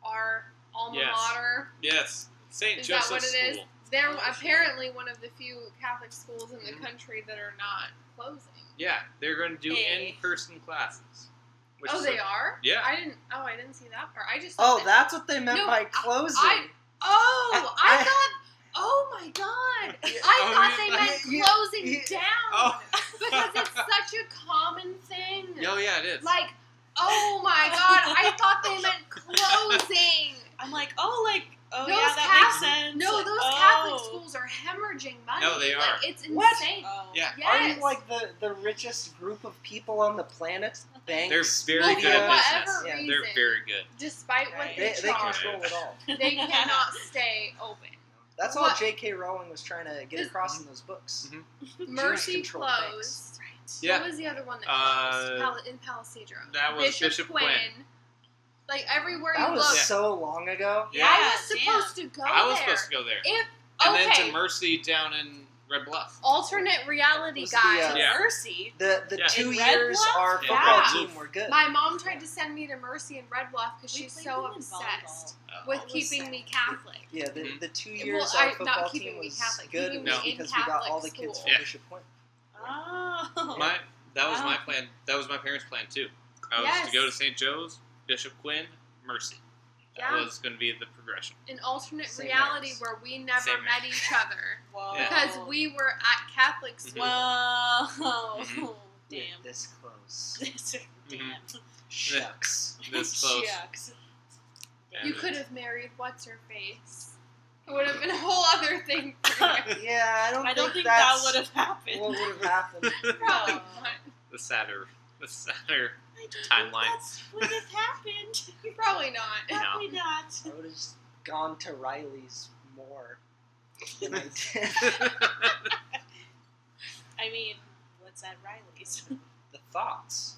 D: our alma
C: Yes.
D: mater.
C: (laughs) Yes. St.
D: Is that what
C: Joseph's
D: it is?
C: School.
D: They're
B: Oh, shit.
D: apparently one of the few Catholic schools in the
C: Mhm.
D: country that are not closing.
C: Yeah, they're going to do
B: Hey.
C: in-person classes. Which
D: Eh. oh,
C: is
D: they
C: a-
D: are.
C: Yeah.
D: I didn't. Oh, I didn't see that part. I just. thought
A: Oh, that's what they meant
D: No,
A: by
D: I-
A: closing.
D: I- Oh, I,
A: I-
D: thought. Oh my (laughs) God! I
C: Oh,
D: thought
C: you-
D: they meant
A: you-
D: closing
A: you-
D: down
C: Oh.
D: because it's such a common thing.
C: (laughs) Oh, yeah, it is.
D: Like, oh my God! I thought they meant closing.
B: I'm like, oh, like, oh
D: Those
B: yeah, that
D: Catholic-
B: makes sense.
D: No,
B: Like,
D: those
B: oh.
D: Catholic schools are hemorrhaging money.
C: No, they
D: Like, it's insane.
A: What?
B: Oh.
C: (laughs) Yeah.
A: Are
D: Yes.
A: you like the, the richest group of people on the planet?
C: they're
A: Banks,
C: very
D: Well,
C: good
D: for
A: media,
C: at
D: whatever
C: business.
D: reason,
C: They're very good.
D: despite what
B: Right.
A: They,
D: they,
A: they
D: charge,
A: control it all.
B: (laughs)
A: (laughs)
D: they cannot stay open.
A: That's all
D: What?
A: J.K. Rowling was trying to get
D: This-
A: across in those books.
C: Mhm.
D: Mercy
A: control
D: closed.
B: Right.
C: Yeah.
D: What was the other one that
C: Uh,
D: closed? Pal- in Palisadro.
C: that was Bishop
D: Quinn.
C: Quinn.
D: Like everywhere
A: That
D: you
A: was
D: look.
C: Yeah.
A: so long ago.
C: Yeah.
D: I was
B: Yeah,
D: supposed to go
C: I was
D: there.
C: supposed to go there.
D: If
C: And
D: okay,
C: then to Mercy down in Red Bluff.
D: alternate reality
A: Was the,
D: guys.
A: uh,
C: Yeah.
B: Mercy.
A: The the
C: Yeah.
A: two
B: In Red
A: years
B: Bluff?
A: our
C: Yeah.
A: football
D: Yeah.
A: team were good.
D: My mom tried to send me to Mercy in Red Bluff because
B: We
D: she's
B: played
D: so
B: women's
D: obsessed
C: Uh,
D: with
B: That was
D: keeping
B: sad.
D: me Catholic.
A: yeah, the,
C: Mhm.
A: the two
D: Well,
A: years
D: I-
A: our
D: not
A: football
D: keeping
A: team
D: me
A: was
D: Catholic,
A: good
D: keeping
A: was
C: me
D: in
A: because we got
D: Catholic
A: all the kids
D: school.
A: from
C: Yeah.
A: Bishop Point.
B: volleyball. Oh.
C: My that was
B: Wow.
C: my plan. That was my parents' plan too. I was
D: Yes.
C: to go to St. Joe's, Bishop Quinn, Mercy. That
D: Yeah.
C: was going to be the progression.
D: An alternate
A: Same
D: reality
A: race.
D: where we never
C: Same
D: met
C: race.
D: each other
B: Whoa.
C: (laughs) Yeah.
D: because
B: (laughs)
D: we were at Catholic school.
B: Whoa.
C: Mhm.
B: Damn. (laughs)
A: With This close.
B: Damn.
A: Shucks.
C: Mm-hmm. This close.
B: (laughs) Shucks.
D: You
C: And-
D: could have married what's her face. It would have been a whole other thing. For
C: (laughs)
D: you.
A: yeah, I don't
B: I don't
A: think
B: think that
A: that's
B: would have happened.
A: what would have happened.
C: (laughs)
D: Probably
B: No.
D: not.
C: The sadder, the sadder.
B: I don't
C: Timeline.
B: Think that's what have happened. (laughs)
D: Probably not.
B: Probably not.
A: I would have just gone to Riley's more than I did. (laughs)
B: I mean, what's at Riley's? (laughs)
A: the thoughts.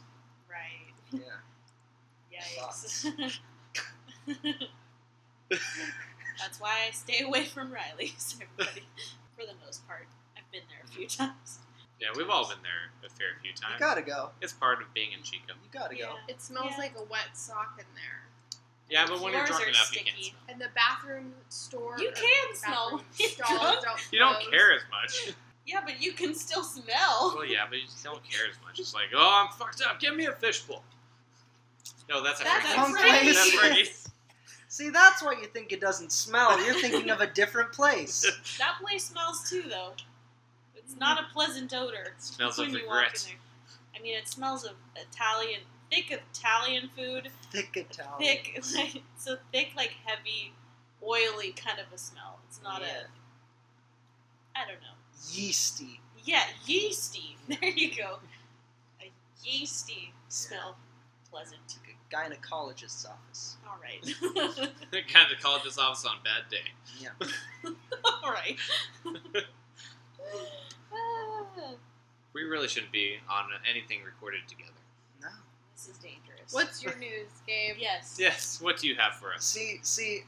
B: right.
A: Yeah.
B: Yikes. (laughs) That's why I stay away from Riley's, everybody, for the most part. I've been there a few
C: Mm-hmm.
B: times.
C: yeah, we've all been there a fair few
A: You
C: times.
A: gotta go.
C: it's part of being in Chico.
A: You gotta
B: Yeah.
A: go.
D: It smells
B: Yeah.
D: like a wet sock in there.
C: Yeah, but when you're
B: Floors
C: drunk
B: are
C: enough, you
B: sticky.
C: can't smell.
D: And the bathroom store.
B: You
D: or
B: can
D: bathroom
B: smell when you're
D: stall
B: drunk.
D: don't
C: You don't
D: close.
C: care as much.
B: Yeah, but you can still smell.
C: well, yeah, but you just don't care as much. It's like, oh, I'm fucked up. Give me a fishbowl. No, that's a
B: That's
C: Frankie's.
B: a Frankie's.
C: That's Frankie's.
A: See, that's why you think it doesn't smell. You're thinking of a different place.
B: That place smells too, though. It's not a pleasant odor. It
C: smells
B: when
C: of
B: you
C: regret.
B: Walk in there. I mean, it smells of Italian, thick Italian food,
A: Thick Italian.
B: thick, (laughs) like, it's a thick, like heavy, oily kind of a smell. It's not
A: Yeah.
B: a, I don't know.
A: yeasty.
B: Yeah, yeasty. (laughs) There you go. A yeasty smell. Pleasant.
A: Like a gynecologist's office.
B: All right. (laughs)
C: (laughs) kind of called this office on a bad day.
A: Yeah.
B: All right. Ah,
C: We really shouldn't be on anything recorded together.
A: No.
B: this is dangerous.
D: What's your news, Gabe?
B: Yes.
C: Yes. What do you have for us?
A: See, see,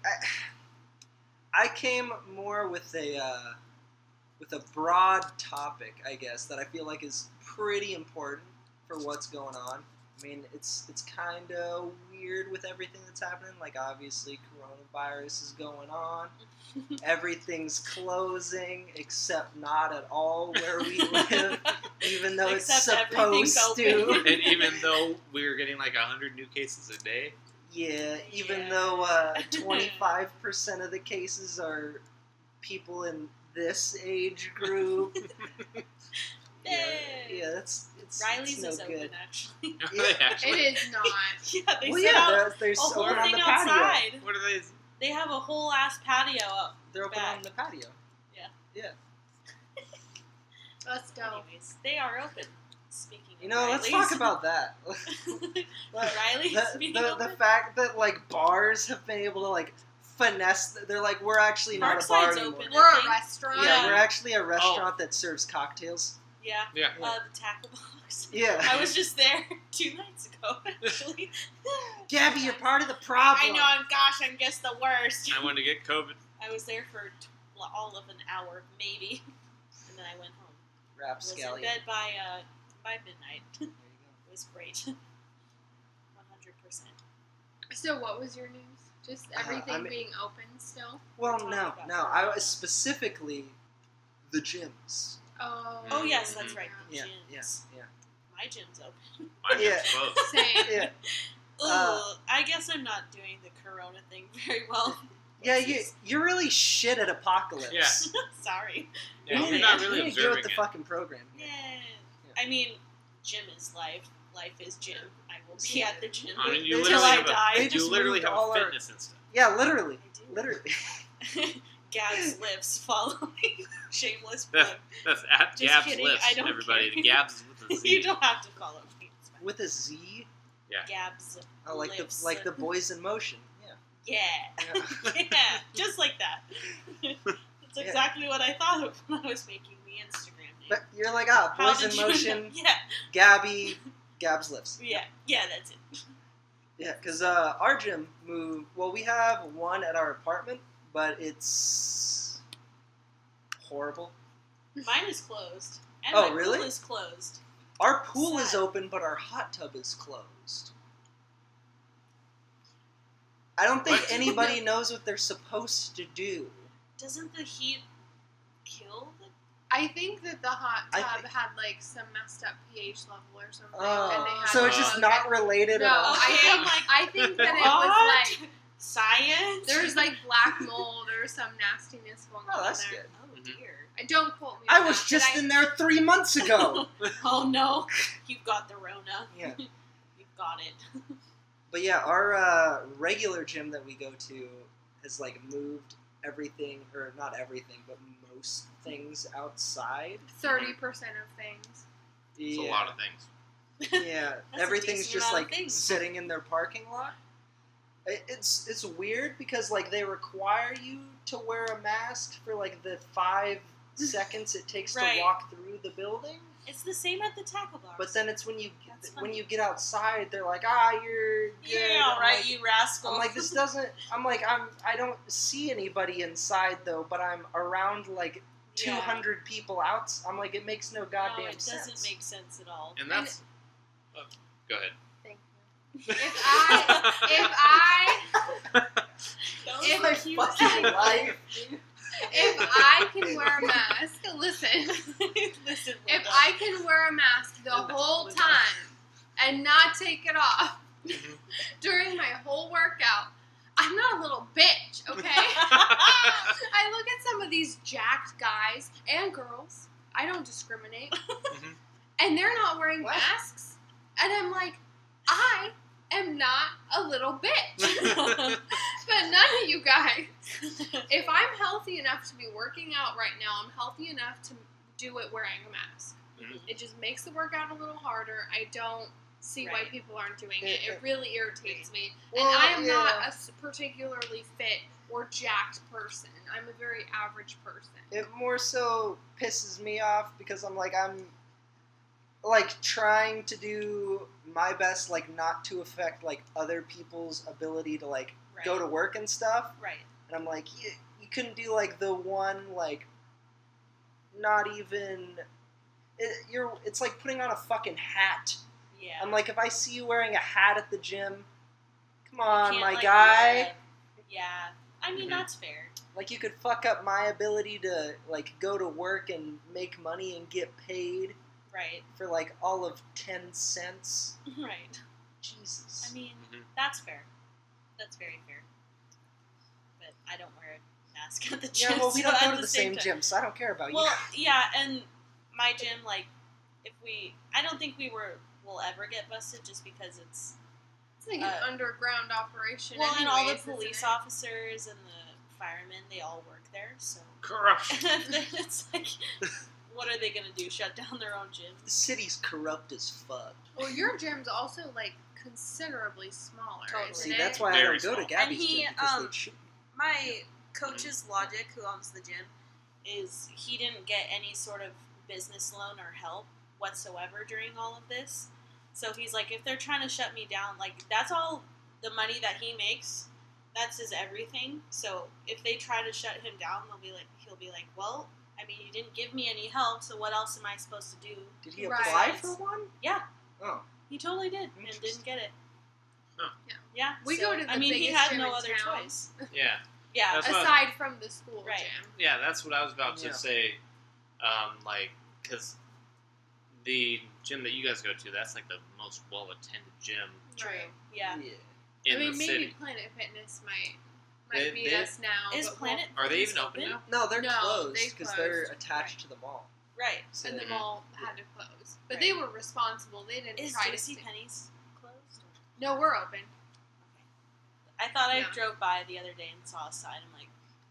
A: I, I (sighs) came more with a uh, with a broad topic, I guess, that I feel like is pretty important for what's going on. I mean, it's it's kind of weird with everything that's happening. Like, obviously, coronavirus is going
B: (laughs)
A: on. Everything's closing, except not at all where
B: (laughs)
A: we live, even though it's
B: Except everything's
A: supposed to.
B: open.
C: and even though we were getting like hundred new cases a day, (laughs)
A: Yeah, even
B: Yeah.
A: though
B: (laughs)
A: uh, 25% of the cases are people in this age
B: (laughs)
A: group. yeah,
B: Yay.
A: yeah, that's it's, it's
B: Riley's
A: no
B: is
A: good.
B: open, actually. (laughs)
C: they actually,
D: It is not.
B: yeah, they
A: well,
B: set
A: yeah,
B: out
A: they're, they're
B: a
A: open
B: whole
A: on
B: thing
A: the patio.
B: outside.
C: what are they?
B: They have a whole ass patio up.
A: They're open
B: Back.
A: on the patio.
D: Let's go.
B: Anyways, they are open. Speaking of
A: You know, let's talk about that.
B: (laughs) Riley's.
A: the,
B: (laughs) Riley's
A: the,
B: being
A: the
B: open.
A: fact that like bars have been able to like finesse. They're like, we're actually not a bar
B: Parkside's
A: anymore.
B: open.
D: We're a
B: think-
D: restaurant.
A: Yeah,
B: Yeah. Oh.
A: we're actually a restaurant that serves cocktails.
B: Yeah.
C: Yeah.
B: Uh, the tackle box.
A: Yeah.
B: I was just there (laughs) two nights ago, (laughs) actually.
A: (laughs) Gabby, you're part of the problem.
B: I know. I'm gosh. I'm just the worst.
C: I went to get COVID.
B: I was there for t- all of an hour, maybe, (laughs) and then I went home. Was in
A: Rapscallion.
B: bed by uh, by midnight.
A: There you
B: It was great. (laughs) One hundred percent.
D: So what was your news? Just
A: Uh,
D: everything
A: I'm-
D: being open still.
A: go. Well,
B: talking
A: no,
B: about
A: no. I was specifically the gyms.
D: Oh.
B: Oh yes, that's right. The
A: Yeah,
B: gyms.
A: yeah, yeah.
B: My gym's open.
C: Mine
A: Yeah.
C: was closed.
D: Same.
A: Yeah,
B: Ooh,
A: Uh,
B: I guess I'm not doing the corona thing (laughs) very well.
A: yeah. You, you're really shit at apocalypse.
C: Yeah.
A: (laughs)
B: Sorry.
C: (laughs) Yeah,
A: You
C: you're
A: need-
C: not
A: you
C: really
A: need to get with
C: observing
A: the
C: it.
A: fucking program.
B: Yeah. I mean, gym is life. Life is gym. I will be at the gym
C: I mean, you
A: They
B: until
C: literally
B: I
C: have a-
B: die.
A: they just
C: you literally
A: moved
C: have
A: all
C: a
A: our-
C: fitness instinct.
A: Yeah, literally,
B: I do.
A: literally. (laughs)
B: Gab's lips following. (laughs) Shameless
C: That's-
B: plug. (laughs)
C: That's at
B: Just
C: Gab's
B: kidding,
C: lips,
B: I don't
C: everybody.
B: care.
C: The Gab's
B: (laughs)
C: with the
B: you
C: Z.
B: don't have to follow me. It's fine.
A: With a Z,
B: Gab's.
A: uh, like
B: Lips.
A: the like the boys in motion. Yeah.
B: Yeah. (laughs)
A: yeah.
B: Yeah. Just like that. (laughs) That's
A: Yeah.
B: exactly what I thought of when I was making the Instagram name.
A: But you're like ah,
B: How
A: boys
B: did
A: in
B: you-
A: motion.
B: (laughs) Yeah.
A: Gabby, Gab's lips.
B: Yeah. Yeah, that's it.
A: Yeah, because uh, our gym moved. Well, we have one at our apartment, but it's horrible.
B: Mine is closed. And
A: Oh,
B: my
A: really?
B: pool is closed.
A: Our pool is
B: Sad.
A: open, but our hot tub is closed. I don't think
C: What?
A: anybody knows what they're supposed to do.
B: Doesn't the heat kill the
D: I think that the hot
A: I
D: tub had like some messed up pH level or something, and they
A: Oh,
D: had
A: so
D: to
A: it's just
D: close
A: not
D: it.
A: related
D: No,
A: at all.
D: I
B: Okay, I'm
D: think
B: like,
D: I think that
B: What?
D: it was like
B: science?
D: there was like black mold or some nastiness going
A: Oh,
D: on
A: that's
D: there.
A: good.
B: Oh
C: Mhm.
B: dear.
D: I don't quote me.
A: I
D: on
A: was
D: that, but
A: just
D: I-
A: in there three months
D: (laughs)
A: ago.
B: (laughs) oh
A: (laughs)
B: no, you've got the Rona.
A: yeah,
B: (laughs) You've got it.
A: but yeah, our uh, regular gym that we go to has like moved everything, or not everything, but most things outside.
D: thirty percent
B: (laughs)
D: of things.
C: It's a
A: yeah.
C: lot of things.
A: yeah,
B: a
A: everything's
B: decent
A: just
B: amount of
A: like
B: things.
A: sitting in their parking lot. It- It's it's weird because like they require you to wear a mask for like the
B: (laughs)
A: five seconds it takes
B: Right.
A: to walk through the building,
B: It's the same at the tackle box.
A: but then it's when you
B: That's
A: when
B: funny.
A: you get outside they're like ah you're good.
B: yeah,
A: I'm
B: all right,
A: like-
B: you rascal.
A: I'm like
B: (laughs)
A: this doesn't. I'm like I'm. I don't see anybody inside though, but I'm around like
B: Yeah.
A: 200 people out. I'm like it makes no goddamn
B: No, it doesn't
A: sense. (laughs)
B: make sense at all.
C: And that's. Oh, go ahead.
D: Thank
C: (laughs)
D: you. If I if I
B: Those (laughs)
D: If
B: were
A: my
B: huge
A: fucking
B: eyes.
A: life.
D: if I can wear a mask, listen.
B: Listen,
D: If
B: Linda. (laughs)
D: I can wear a mask the whole time and not take it off (laughs) during my whole workout, I'm not a little bitch,
B: (laughs)
D: okay?
C: Mm-hmm.
D: I look at some of these jacked guys and girls. I don't discriminate.
C: Mhm.
D: And they're not wearing
A: What?
D: masks. And I'm like, I am not a little bitch.
C: Mm-hmm.
D: but none of you guys. If I'm healthy enough to be working out right now, I'm healthy enough to do it wearing a mask.
C: Mhm.
D: It just makes the workout a little harder. I don't see why
B: Right.
D: people aren't doing it.
A: Yeah,
D: It really irritates me.
A: Well,
D: and I am not
A: yeah.
D: a s- particularly fit or jacked person. I'm a very average person.
A: it more so pisses me off because I'm like I'm like trying to do my best like not to affect like other people's ability to like
B: right.
A: go to work and stuff
B: right.
A: and I'm like you, you couldn't do like the one like not even it, you're it's like putting on a fucking hat
B: Yeah.
A: I'm like if I see you wearing a hat at the gym come on
B: Can't,
A: my
B: like,
A: guy Mm-hmm.
B: wear a- Yeah. I mean
C: Mhm.
B: that's fair.
A: Like you could fuck up my ability to like go to work and make money and get paid
B: Right.
A: for like all of ten cents.
D: Mm-hmm.
B: Right.
A: Jesus.
B: I mean
C: Mhm.
B: (laughs) that's fair. That's very fair. But I don't wear a mask at the gym.
A: yeah, well, we
B: so
A: don't
B: at
A: go to the same,
B: time-
A: gym, so I don't care about
B: Well,
A: you.
B: yeah, and my gym, like, if we, I don't think we were will ever get busted just because it's
D: It's like an
B: Uh,
D: underground operation.
B: well, and all the
D: anyways, isn't
B: police
D: it?
B: officers and the firemen, they all work there, so (laughs)
C: Corruption.
B: it's
D: (laughs)
B: like, what are they gonna do? Shut down their own gym?
A: The city's corrupt as fuck.
D: Well, your gym's also like considerably smaller.
B: Totally.
D: isn't
A: See,
D: it?
A: that's why I
C: Very
A: don't go to
C: small.
A: Gabby's
B: And he,
A: gym because
B: um,
A: they shoot.
B: my coach's logic, who owns the gym, is he didn't get any sort of business loan or help whatsoever during all of this. So he's like, if they're trying to shut me down, like that's all the money that he makes. That's his everything. So if they try to shut him down, they'll be like, he'll be like, well, I mean, you didn't give me any help, so what else am I supposed to do?
A: Did he
D: Right.
A: apply for one?
B: Yeah,
A: Oh,
B: he totally did and
A: Interesting.
B: didn't get it.
C: Huh.
D: Yeah.
B: Yeah.
D: We
B: so,
D: go to the
B: I mean, he
D: biggest
B: had
D: gym
B: no
D: in
B: other
D: town.
B: choice.
C: Yeah,
B: Yeah.
C: That's what-
D: aside from the school
B: Right.
D: gym.
C: yeah, that's what I was about to
A: Yeah.
C: say. Um, like, because the gym that you guys go to, that's like the most well attended gym
B: True.
D: Right.
B: Yeah.
D: I
C: in
D: mean,
C: the
D: maybe
C: city.
D: Planet Fitness might
C: They-
D: might meet
C: they-
D: us now.
B: Is
D: but
B: Planet?
C: Are they
B: Fitness
C: even open now?
A: No, they're
D: No,
A: closed
D: they
A: because they're
D: closed.
A: attached
D: Right.
A: to the mall.
B: Right.
A: So
D: Won't, and the
A: they-
D: mall had to close, but they were responsible. They didn't
B: Is
D: try to.
B: JC
D: st-
B: Penney's closed?
D: No, we're open.
B: I thought I
D: Yeah.
B: drove by the other day and saw a sign. I'm like,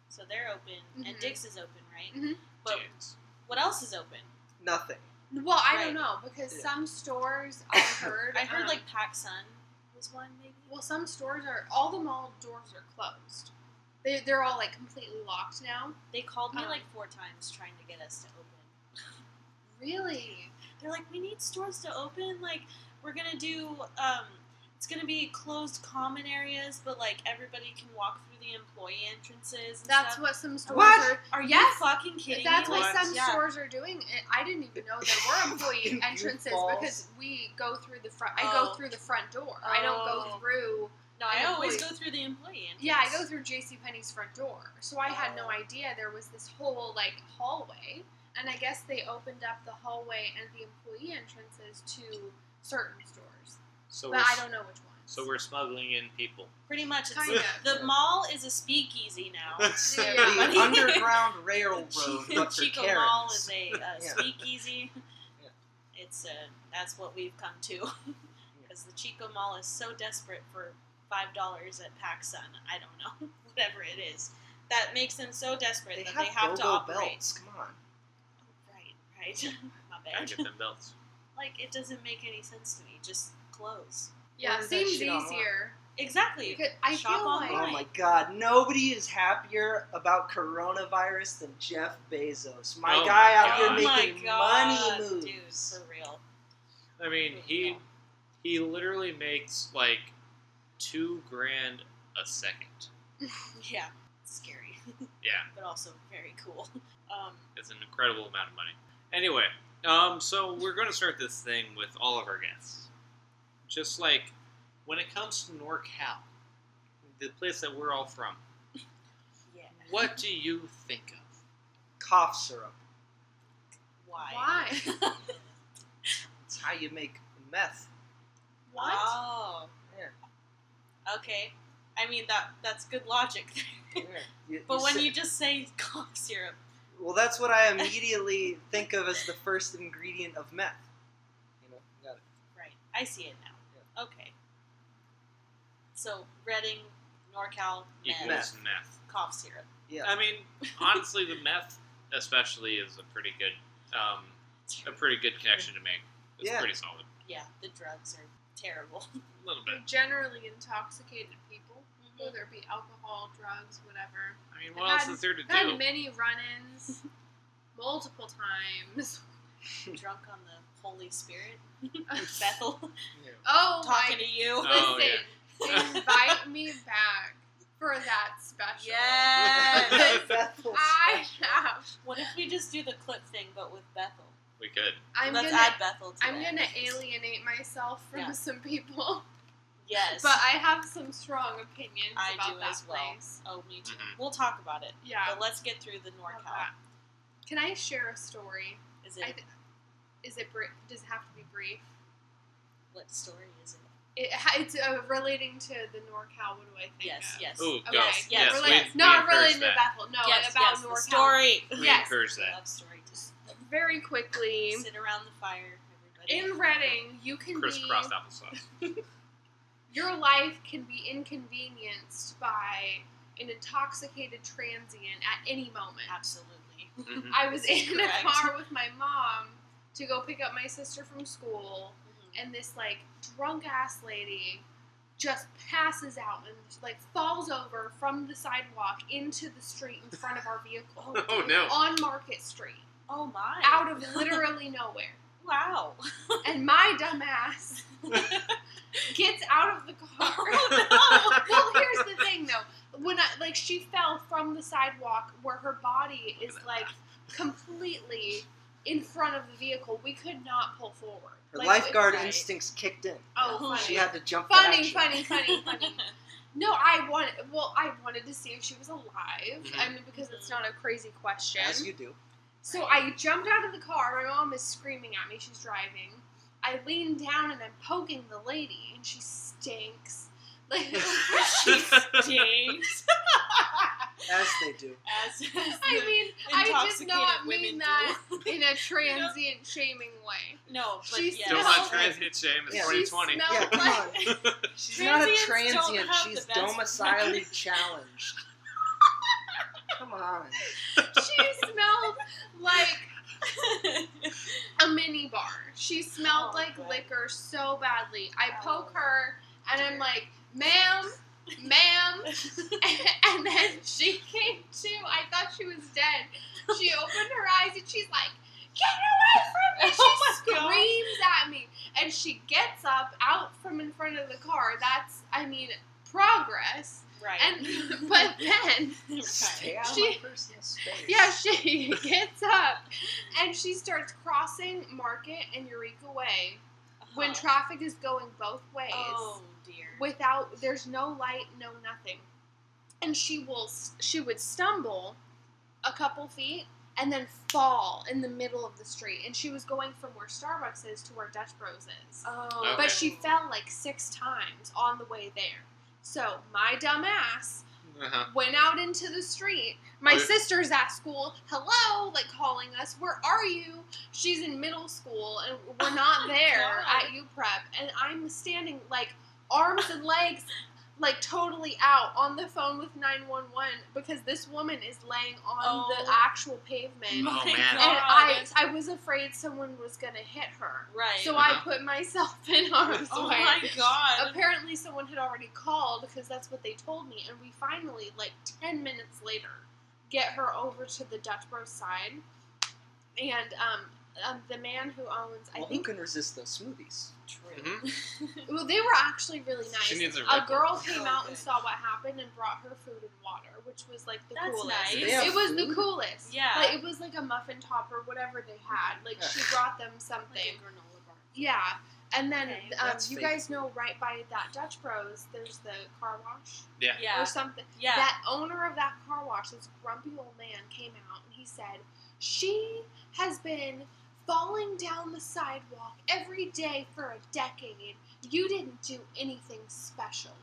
B: so they're open and
D: Mhm.
B: Dick's is open, right?
D: Mhm.
B: But
C: Dudes.
B: what else is open?
A: nothing.
D: Well, I
B: Right.
D: don't know because
A: Yeah.
B: (laughs)
D: some stores I heard.
B: I heard
D: um,
B: like PacSun was one maybe.
D: well, some stores are all the mall doors are closed. They they're all like completely locked now.
B: They called me
D: um,
B: like four times trying to get us to open.
D: Really?
B: They're like, we need stores to open. Like we're gonna do. Um, it's gonna be closed common areas, but like everybody can walk through the employee entrances. And
D: That's
B: stuff.
D: what some stores
A: What?
D: are.
B: Are you
D: Yes.
B: fucking kidding
D: That's
B: me?
D: why
C: What?
D: some
B: Yeah.
D: stores are doing it. I didn't even know there were employee
A: Fucking
D: entrances
A: goofballs.
D: because we go through the front. I go
B: Oh.
D: through the front door. I don't
B: Oh.
D: go through.
B: No, I
D: An
B: always go
D: employee.
B: through the employee entrance.
D: Yeah, I go through J.C. Penney's front door. So I had
B: Oh.
D: no idea there was this whole like hallway, and I guess they opened up the hallway and the employee entrances to certain stores,
C: So
D: but
C: we're,
D: I don't know which ones.
C: so we're smuggling in
D: (laughs)
C: people.
B: Pretty much, it's
D: kind of.
B: the mall is a
A: (laughs)
B: speakeasy (laughs) now.
D: Yeah.
A: The underground railroad, but for
B: (laughs) Chico
A: Karens.
B: Mall
A: (laughs)
B: is a uh,
A: Yeah.
B: speakeasy.
A: Yeah.
B: It's uh, that's what we've come to, (laughs) because the Chico Mall is so desperate for five dollars at PacSun. I don't know, (laughs) whatever it is, that makes them so desperate
A: They
B: that
A: have,
B: they have to
A: go-go
B: operate.
A: belts. Come on.
B: Right, right. (laughs) My
C: Gotta
B: bad.
C: get them belts.
B: Like it doesn't make any sense to me. Just close.
D: yeah,
A: Order that
D: seems
A: shit online.
D: easier.
B: Exactly.
D: Because I
B: Shop
D: feel like
A: Oh
B: online.
A: my God! Nobody is happier about coronavirus than Jeff Bezos. My
C: Oh my
A: guy out
C: God.
A: here
B: Oh my
A: making
B: God,
A: money moves.
B: dude, for real.
C: I mean, he he literally makes like two grand a second.
B: Yeah, it's scary, (laughs)
C: Yeah,
B: but also very cool. (laughs) Um,
C: it's an incredible amount of money. Anyway, um, so we're going to start this thing with all of our guests. Just like when it comes to NorCal, the place that we're all from,
B: yeah.
C: what do you think of?
A: Cough syrup.
B: Why?
D: why?
A: It's how you make meth.
D: What?
B: Oh. Okay. I mean that that's good logic.
A: Yeah. You-
B: (laughs) but when
A: sit-
B: you just say (laughs) cough syrup,
A: Well, that's what I immediately think of as the first ingredient of meth. You know, you got it.
B: right? I see it now. Okay. So Reading, NorCal, meth,
C: Equals meth.
B: cough syrup.
A: Yeah.
C: I mean, honestly, the meth especially is a pretty good um, a pretty good connection to make. It's
A: Yeah.
C: pretty solid.
B: Yeah, the drugs are terrible. (laughs)
C: A little bit.
D: Like, (laughs) Generally intoxicated people,
B: Mhm.
D: whether it be alcohol, drugs, whatever.
C: I mean, what
D: I've
C: else
D: had-
C: is there to
D: I've had
C: do?
D: many
C: (laughs)
D: run-ins, multiple times.
B: Drunk on the Holy
D: (laughs)
B: Spirit, Bethel,
A: Yeah.
D: Oh
B: talking
D: my!
B: to you.
C: Oh,
D: Listen, invite me back for that
A: (laughs)
B: (laughs)
D: special. (laughs)
B: Yes. Ah,
A: Bethel's
D: I
A: special.
D: have.
B: what if we just do the clip thing but with Bethel?
C: We could.
D: I'm
B: Let's
D: gonna.
B: add Bethel. To
D: I'm
B: that.
D: gonna alienate myself from
B: Yeah.
D: some people,
B: Yes.
D: but I have some strong opinions
B: I
D: about
B: do
D: that
B: as well.
D: place.
B: oh, me too.
C: Mhm.
B: We'll talk about it.
D: Yeah.
B: But let's get through the
D: love
B: NorCal.
D: that. Can I share a story?
B: Is it
D: Oh, I th- Is it br- does it have to be brief?
B: what story is it?
D: It, ha- it's uh, relating to the NorCal. What do I think? uh,
B: Yes,
D: of?
B: yes.
C: Ooh,
D: Okay.
C: go.
B: Yes, yes,
C: we-
D: Related,
C: we
D: not
C: encourage
D: relating to
C: that.
D: Bethel. No,
B: yes,
D: Oh, about
B: yes,
D: NorCal.
B: the story.
C: We
D: Yes.
C: encourage that.
B: Love story. Just
D: Very quickly.
B: sit around the fire, everybody.
D: in Reading, you can be
C: Crisscrossed applesauce.
D: your life can be inconvenienced by an intoxicated transient at any moment. (laughs)
B: Absolutely.
C: Mhm.
D: I was
B: This is
D: in a
B: correct.
D: car with my mom to go pick up my sister from school, and this like drunk ass lady just passes out and like falls over from the sidewalk into the street in front of our vehicle
C: (laughs) Oh no!
D: on Market Street
B: Oh my!
D: out of literally nowhere.
B: wow.
D: And my dumbass (laughs) gets out of the car.
B: Oh,
D: (laughs) well, here's the thing though. When I, like she fell from the sidewalk where her body is like completely in front of the vehicle, we could not pull forward.
A: Her
D: Like,
A: lifeguard
D: it's like-
A: instincts kicked in.
D: Oh, funny.
A: She had to jump. to
D: funny,
A: action.
D: funny, funny, funny.
B: (laughs)
D: No, I wanted. Well, I wanted to see if she was alive.
B: Mm-hmm.
D: I mean, because it's not a crazy question.
A: As you do.
D: So I jumped out of the car. My mom is screaming at me. She's driving. I lean down and I'm poking the lady, and she stinks. (laughs)
B: (laughs)
D: Like
C: (laughs)
B: she stinks.
A: As they do.
B: As, as
D: I
B: the
D: mean, I did
B: intoxicated
D: not
B: women
D: mean
B: do.
D: that
B: (laughs)
D: in a transient shaming way.
B: No, but
D: She
B: yes.
C: Don't
D: Yeah.
C: let transient shame. It's
A: Yeah.
C: 2020.
D: She smelled
A: Yeah, come
D: like
A: on. She's not a
B: Transients don't
A: transient.
B: have
A: She's
B: the best
D: (laughs)
A: domiciliary
B: (laughs) record.
A: challenged. Come on.
D: she smelled like a mini bar. She smelled
B: Oh,
D: like
B: God.
D: liquor so badly. I poke
B: Oh.
D: her and I'm like, ma'am,
B: (laughs)
D: ma'am. and then she came to. I thought she was dead. She opened her eyes and she's like, get away from me. She
B: (laughs) Oh my God.
D: screams at me. And she gets up out from in front of the car. That's, I mean, progress.
B: right. (laughs)
D: And but then
A: Stay out
D: She-
A: of my personal space.
D: yeah, she (laughs) gets up and she starts crossing Market and Eureka Way when
B: Uh-huh.
D: traffic is going both ways
B: Oh dear.
D: without there's no light, no nothing. And she will s- she would stumble a couple feet and then fall in the middle of the street. And she was going from where Starbucks is to where Dutch Bros is.
B: oh,
C: Okay.
D: But she fell like six times on the way there. So my dumb ass
C: (laughs) Uh-huh.
D: went out into the street. My
C: Okay.
D: sister's at school. Hello, like calling us. Where are you? She's in middle school and
B: (laughs)
D: we're not there
B: Oh God.
D: at U Prep. And I'm standing like arms and legs like totally out on the phone with 911 because this woman is laying on the
B: Oh.
D: actual pavement.
B: My
C: Oh, man.
D: And
B: God.
D: I, I was afraid someone was gonna hit her.
B: right.
D: So I
C: Uh-huh.
D: put myself (laughs) in harm's
B: oh
D: way
B: my god.
D: apparently someone had already called because that's what they told me and we finally like 10 minutes later get her over to the dutch bros side and um, um the man who owns i
A: Well, who
D: think
A: can resist those smoothies?
B: True.
C: Mhm.
D: well they were actually really nice
C: She needs a
D: a
C: Red Bull.
D: girl came
B: Oh,
D: out and
B: good.
D: saw what happened and brought her food and water which was like the
B: That's
D: coolest
B: nice.
A: Do
B: Yes.
A: they have
D: it was the
A: food?
D: coolest
B: Yeah.
D: like, it was like a muffin top or whatever they had like she brought them something
B: Like a granola bar.
D: yeah and then
B: Okay,
D: um,
A: that's
D: you
A: fake.
D: guys know right by that dutch bros there's the car wash
C: Yeah.
B: Yeah.
D: or something
B: Yeah.
D: that owner of that car wash, this grumpy old man, came out and he said, She has been falling down the sidewalk every day for a decade. You didn't do anything special.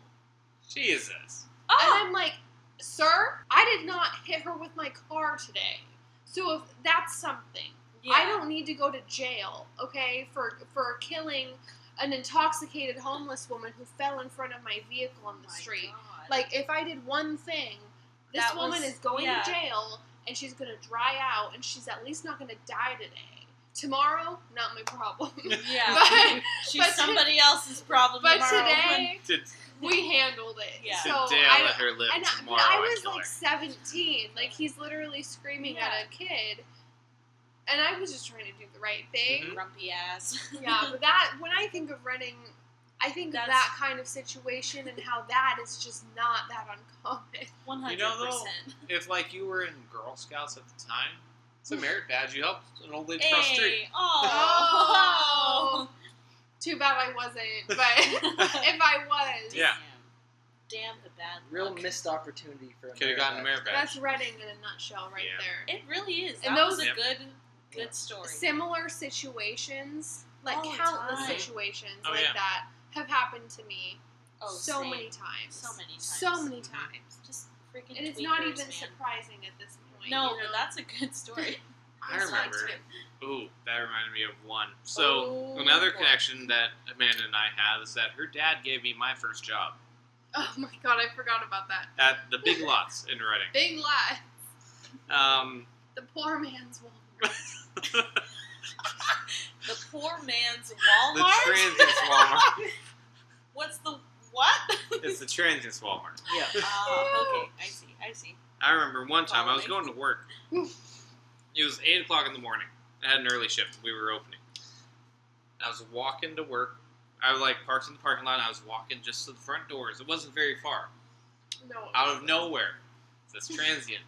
C: Jesus.
B: Oh, Ah!
D: And I'm like, Sir, I did not hit her with my car today. So if that's something,
B: yeah.
D: I don't need to go to jail, okay, for for killing an intoxicated homeless woman who fell in front of my vehicle on
B: Oh
D: the
B: my
D: street.
B: God.
D: Like if I did one thing, this
B: That
D: woman
B: was-
D: is going
B: yeah.
D: to jail and she's gonna dry out and she's at least not gonna die today. Tomorrow, not my problem.
B: Yeah.
D: (laughs) but
B: She's
D: but to-
B: somebody else's problem
D: but
B: tomorrow.
D: today
C: Did,
D: we handled it.
B: Yeah.
D: So
C: did Dale
D: I,
C: let her live
D: and I, but
C: tomorrow?
D: I
C: I'd
D: was
C: kill
D: like
C: her.
D: seventeen. Like he's literally screaming at
B: Yeah.
D: a kid. And I was just trying to do the right thing.
C: Mhm.
B: grumpy ass. (laughs)
D: (laughs) Yeah, but that when I think of running I think of
B: That's-
D: that kind of situation and how that is just not that uncommon.
B: One
C: You
B: hundred
C: know, though,
B: percent.
C: if like you were in Girl Scouts at the time, it's
D: (laughs)
C: a merit badge. You helped an old lady cross the street.
B: Hey, oh,
D: (laughs)
B: (laughs)
D: Too bad I wasn't, but if I was,
C: Yeah.
B: Damn the bad
A: Real
B: luck.
A: missed opportunity for.
C: Could have gotten a
A: America.
C: merit badge.
D: that's Reading in a nutshell right
C: Yeah.
D: there.
B: It really is. That
D: And
B: was
D: those-
B: a
C: Yep.
B: good, good story.
D: Similar situations, like
B: All the
D: countless
B: time.
D: situations
C: Oh,
D: like
C: yeah.
D: that, have happened to me
B: oh,
D: so
B: same.
D: many times.
B: So many times. Mm-hmm.
D: So many
C: Mhm.
D: times.
B: Just freaking.
D: And it's not
B: tweakers,
D: even
B: man.
D: surprising at this point.
B: No,
D: you
B: but
D: know?
B: that's a good story.
C: I
B: That's
C: remember.
B: fine,
C: Ooh, that reminded me of one. So
B: Oh,
C: another
B: boy.
C: connection that Amanda and I have is that her dad gave me my first job
D: (laughs) Oh my god, I forgot about that.
C: at the
D: (laughs)
C: Big Lots in Reading.
D: Big lie.
C: Um,
D: The poor man's
C: (laughs)
D: Walmart.
B: too. The poor man's
C: the
B: Walmart.
C: transits Walmart.
B: What's the What?
C: (laughs) It's the transients Walmart.
A: Yeah.
B: Oh, okay.
D: (laughs)
B: I see. I see.
C: I remember one time
D: Oh,
C: I was
B: Follow
C: going to work. It was eight o'clock in the morning. I had an early shift. We were opening. I was walking to work. I was like parked in the parking lot. And I was walking just to the front doors. It wasn't very far.
D: No. it
C: Out of
D: wasn't.
C: nowhere, this transient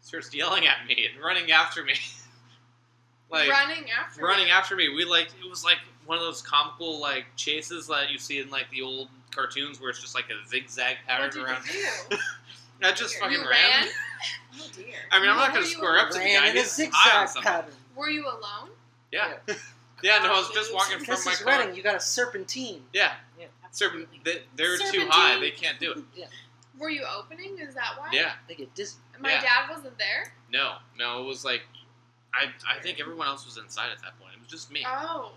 C: starts yelling at me and running after me, (laughs) like
D: running after.
C: running
D: me.
C: after me. We like it was like one of those comical like chases that you see in like the old cartoons where it's just like a zigzag
D: What
C: pattern
D: did
C: around.
D: you do?
C: I just
B: You
C: (laughs) fucking
D: You
C: ran.
D: ran?
B: Oh dear.
C: I mean, I'm not
D: Were
C: going to
D: you
C: square up to the
A: Ran
C: guy.
A: in a
C: He's high on
A: zigzag
C: something.
A: pattern.
D: Were you alone?
C: Yeah. Yeah, no, I was just walking from
A: This
C: my
A: is
C: car.
A: running. You got a serpentine.
C: Yeah, serpent.
B: (laughs) Absolutely.
C: They, they're too
B: Serpentine.
C: high. They can't do it.
D: Were you opening? Is that why?
C: Yeah,
A: They get dizzy.
D: My
C: Yeah.
D: dad wasn't there.
C: no, no. It was like, I, I think everyone else was inside at that point. It was just me,
D: Oh.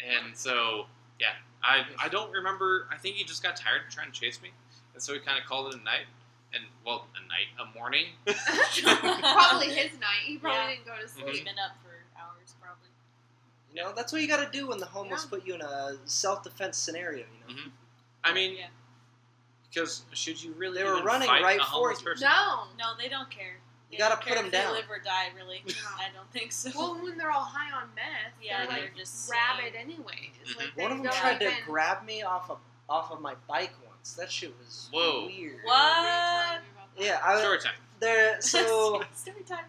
C: and so yeah, I, I don't remember. I think he just got tired of trying to chase me, and so he kind of called it a night, and well, a night, a
A: (laughs)
C: morning.
D: probably
C: (laughs)
D: his night. He probably
B: Yeah.
D: didn't go to
C: Mm-hmm.
B: He's
D: sleep.
B: been up for hours, probably.
A: You know, that's what you got to do when the homeless
D: Yeah.
A: put you in a self-defense scenario. You know,
C: Mhm. I mean,
B: yeah.
C: because should you really?
A: They were
C: even
A: running
C: fight
A: right
C: a homeless
A: for
C: person?
D: No.
B: No, they don't care. They
A: You gotta
B: don't
A: put
B: care
A: 'em
B: if
A: down.
B: They live or die, really.
D: No.
B: I don't think so.
D: Well, when they're all high on meth,
B: yeah, Mm-hmm.
D: they're
B: they're
D: like
B: just
D: rabid
B: saying- (laughs)
D: anyway.
C: Mhm.
D: Like
A: one
D: they
A: of them
D: don't
A: tried to
D: even-
A: grab me off of off of my bike once. That shit was
C: Whoa.
A: weird.
B: What?
D: Tell me about that.
A: Yeah, I
C: Story
A: was
C: time.
A: there.
B: (laughs)
A: So
B: story time.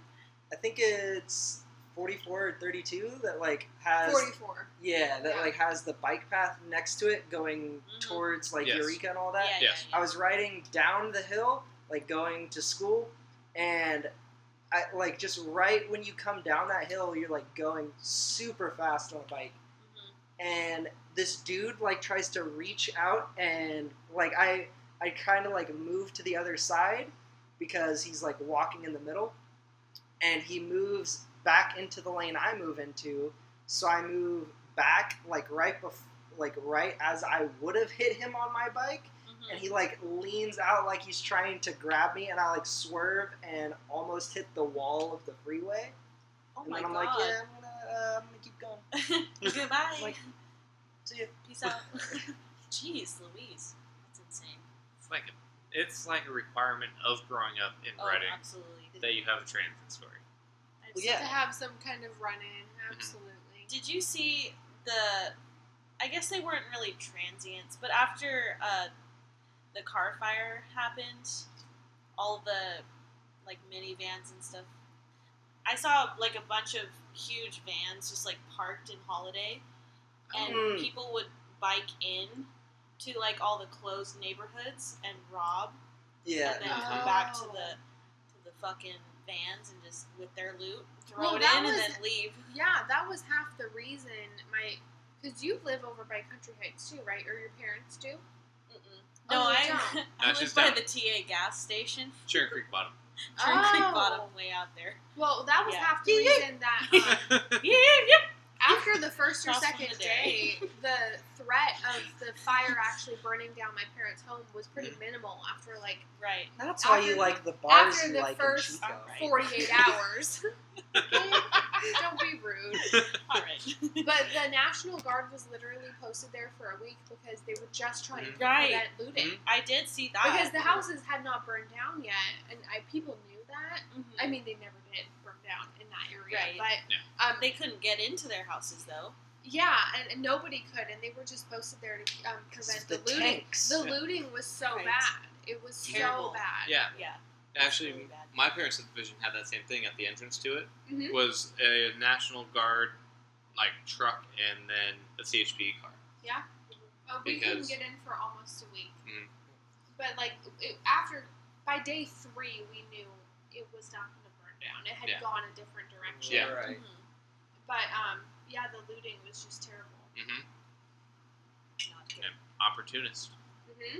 A: I think it's forty-four or thirty-two that like has
D: 44.
A: yeah that
D: Yeah.
A: like has the bike path next to it going
B: Mhm.
A: towards like
C: Yes.
A: Eureka and all
B: Yeah,
A: that.
B: yeah,
C: Yes.
B: yeah.
A: I was riding down the hill, like going to school, and I like just right when you come down that hill, you're like going super fast on a bike,
B: Mhm.
A: and this dude like tries to reach out, and like I I kind of like move to the other side because he's like walking in the middle, and he moves back into the lane I move into, so I move back like right before like right as I would have hit him on my bike
B: Mhm.
A: and he like leans out like he's trying to grab me, and I like swerve and almost hit the wall of the freeway.
B: Oh
A: and
B: my
A: then I'm
B: god.
A: like, yeah, I'm gonna, uh, I'm gonna keep going.
B: (laughs) Goodbye.
A: (laughs) Like, See ya.
B: Peace
A: (laughs)
B: out. (laughs) Jeez, Louise. That's insane.
C: It's like a, it's like a requirement of growing up in
B: Oh,
C: writing
B: absolutely.
C: that you have a transit story.
B: I've
A: Well,
B: seen
A: yeah.
D: To have some kind of run in,
C: Mm-hmm.
D: absolutely.
B: Did you see the? I guess they weren't really transients, but after uh, the car fire happened, all the like minivans and stuff. I saw like a bunch of huge vans just like parked in Holiday, and
A: Mm.
B: people would bike in to like all the closed neighborhoods and rob,
A: Yeah.
B: and then come
D: Oh.
B: back to the to the fucking vans and just with their loot throw
D: Well,
B: it
D: that
B: in and
D: was-
B: then leave.
D: Yeah, that was half the reason my. Because you live over by Country Heights too, right? Or your parents do?
B: Mm-mm.
D: Oh,
B: No,
D: you
B: (laughs) I,
D: don't.
B: I
C: That's
B: live
C: just
B: by
C: down-
B: the TA gas station. (laughs)
C: Sharon Creek Bottom.
B: Drew Creek
D: Oh.
B: Bottom way out there. (laughs)
D: Well, that was
B: Yeah.
D: half the
A: Yeah, (laughs) yeah.
B: (laughs)
D: reason that. Um,
B: Yeah, yeah.
D: after the first or
B: Cross
D: second
B: the
D: day,
B: day.
D: the threat of the fire actually burning down my parents' home was pretty minimal after like
B: Right.
A: That's why
D: After-
A: you like the bars
D: after
A: you
D: the
A: like
D: first-
A: in Chico.
B: Right. (laughs)
D: 48 hours. Don't be rude.
B: All
C: (laughs)
B: right.
D: But the National Guard was literally posted there for a week because they were just trying to
C: Mhm.
B: Right. Mm-hmm. Ah.
D: prevent looting.
B: I did see that.
D: Because the houses had not burned down yet, and I, people knew that.
B: Mhm.
D: I mean, they never did burn down in that area,
B: Right.
D: but
C: Yeah.
D: um,
B: they couldn't get into their houses though.
D: yeah, and, and nobody could, and they were just posted there to um, prevent
A: the,
D: the looting.
A: tanks.
D: The
C: Yeah.
D: looting was so
B: Right.
D: bad. It was
B: Terrible.
D: so bad.
C: (laughs) Yeah,
B: Yeah.
C: actually,
B: Really bad.
C: my parents' division had that same thing at the entrance to it.
D: Mhm.
A: Mm-hmm.
C: Was a National Guard like truck and then a CHP car.
D: Uh, we couldn't
C: Because-
D: get in for almost a week.
C: Mm.
D: But like it, after by day three, we knew it was not going to burn down. It had
C: Yeah.
D: gone a different direction.
C: Yeah.
A: Right.
B: Mhm.
D: But um, yeah, the looting was just terrible.
C: Mm-hmm.
B: Not good.
C: Opportunist.
D: Mm-hmm.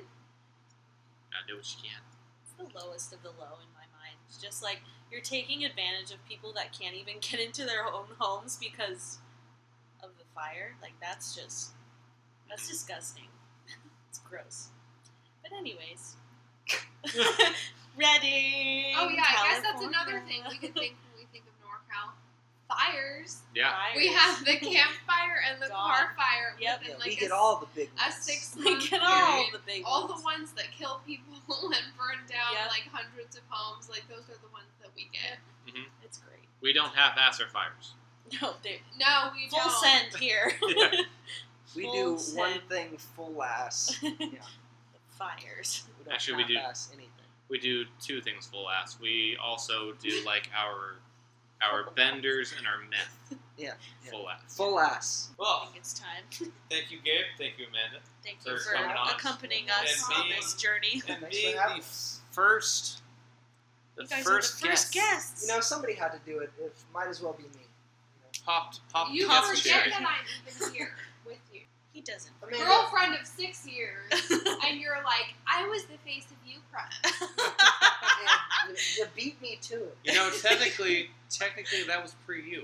C: Gotta do what you can.
B: It's the lowest of the low in my mind. It's just like you're taking advantage of people that can't even (laughs) get into their own homes because of the fire. Like that's just that's disgusting. (laughs) it's gross. But
A: (laughs)
B: anyways. Ready.
D: Oh yeah, I guess that's another thing we can think when we think of NorCal. fires.
C: Mm-hmm.
A: (laughs)
C: Yeah.
B: Fires.
D: We
B: (laughs)
D: have the campfire and the
B: Dog.
D: car fire.
B: Yep.
D: within,
A: Yeah,
D: like
A: we
D: a
A: get
D: s-
A: all the big
D: a
A: ones.
D: six
B: We
D: month
B: get all
D: period.
B: the big
D: all the
B: ones.
D: ones that kill people (laughs) and burn down
B: Yep.
D: like hundreds of homes, like those are the ones that we get.
B: It's great.
C: We don't have Asser
A: (laughs)
C: fires. (laughs)
B: No, they
D: No, we
B: full
D: don't.
B: send here.
C: Yeah.
A: We
B: full
A: do one
B: send.
A: thing full ass.
B: (laughs) Fires.
A: We don't
C: Actually, we do-
A: half-ass anything.
C: We do two things full ass. We also do like our our benders and our meth
A: (laughs) Yeah, yeah.
C: full ass.
A: Full ass.
B: I
E: Well,
B: think it's time.
E: thank you, Gabe. Thank you, Amanda.
B: Thank
C: For
B: you for
C: coming on.
B: accompanying us
D: And
B: on
D: being-
B: this journey.
E: And
A: (laughs) Thanks
E: being
A: for having
E: the
A: us.
C: First, the
B: you guys
C: first,
B: are the first
C: guest
B: guests.
A: You know, somebody had to do it. It might as well be me. You
C: popped popped
D: You
C: off
D: forget
C: the cherry.
D: that I'm even
B: (laughs)
D: here with you.
B: he doesn't.
A: know? Amanda, (laughs)
D: Girlfriend of six
B: (laughs)
D: years, and you're like, I was the face of
B: (laughs)
D: you, Ukraine.
A: man, you, you beat me to it.
E: You know, technically, technically that was pre you.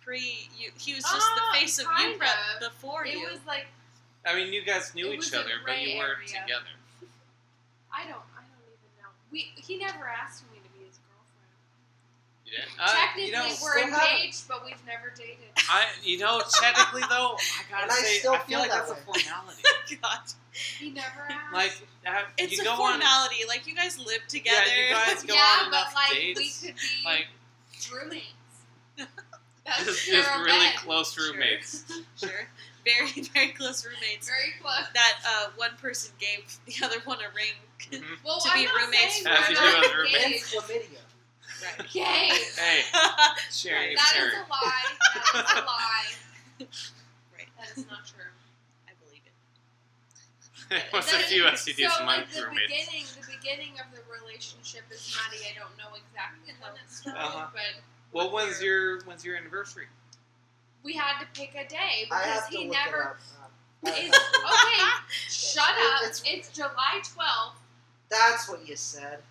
B: Pre, you, he was just
D: Ah,
B: the face of
D: kind
B: you prep
D: of.
B: before
D: It
B: you.
D: was like
E: I mean, you guys knew
D: It
E: each
D: was a
E: other, but
D: gray
E: you weren't
D: area.
C: together.
D: I don't, I don't even know. We he never asked me to be his girlfriend.
C: You didn't?
E: Uh,
D: Technically,
E: you know,
D: we're
A: still haven't.
D: engaged, but we've never dated.
E: I, you know, technically though, I gotta
A: And I
E: say,
A: still
E: I feel,
A: feel
E: like
A: that
E: that's a
A: way.
D: (laughs)
E: formality.
B: (laughs) God,
D: (laughs)
E: (laughs)
D: He never asked.
E: like, have,
B: it's
E: you
B: a
E: go on,
B: formality. Like you guys live together.
E: Yeah, you
B: (laughs)
E: guys go
D: yeah,
E: on
D: but
E: enough
D: like
E: dates.
D: we could be
E: like, (laughs)
D: roommates. (laughs) That's
E: just,
D: their
E: just really
D: bed.
E: close
B: Sure.
E: roommates.
B: (laughs) sure, very (laughs) very close roommates.
D: Very close.
B: That uh, one person gave the other one a ring.
E: Mhm.
D: Well,
B: To
D: I'm
B: be
D: not
B: roommates
D: saying
E: As
D: we're
E: you do
D: not
E: as roommates.
A: And
D: engaged.
A: chlamydia.
B: right.
C: (laughs)
D: Gay.
E: Hey,
B: right.
E: Sherry,
B: Right.
E: it's
D: (laughs) That is
E: Sherry.
D: a lie. That
C: (laughs)
D: is a lie. That is not true.
B: I believe it.
E: (laughs)
C: It was a
D: That-
C: few STDs
D: so,
C: from my
D: like, the
C: roommates.
D: beginning, the beginning of the relationship is muddy. I don't know exactly when
B: (laughs)
D: it started,
E: Uh-huh.
D: but
E: Well, when's your when's your anniversary?
D: we had to pick a
A: I
D: day because
A: have to
D: he
A: look
D: never
A: it up.
D: (laughs)
A: Uh, I have
D: It's-
A: to look-
D: Okay,
A: (laughs)
D: shut
A: It-
D: up.
A: it's-
D: It's, July 12th.
A: That's what you said.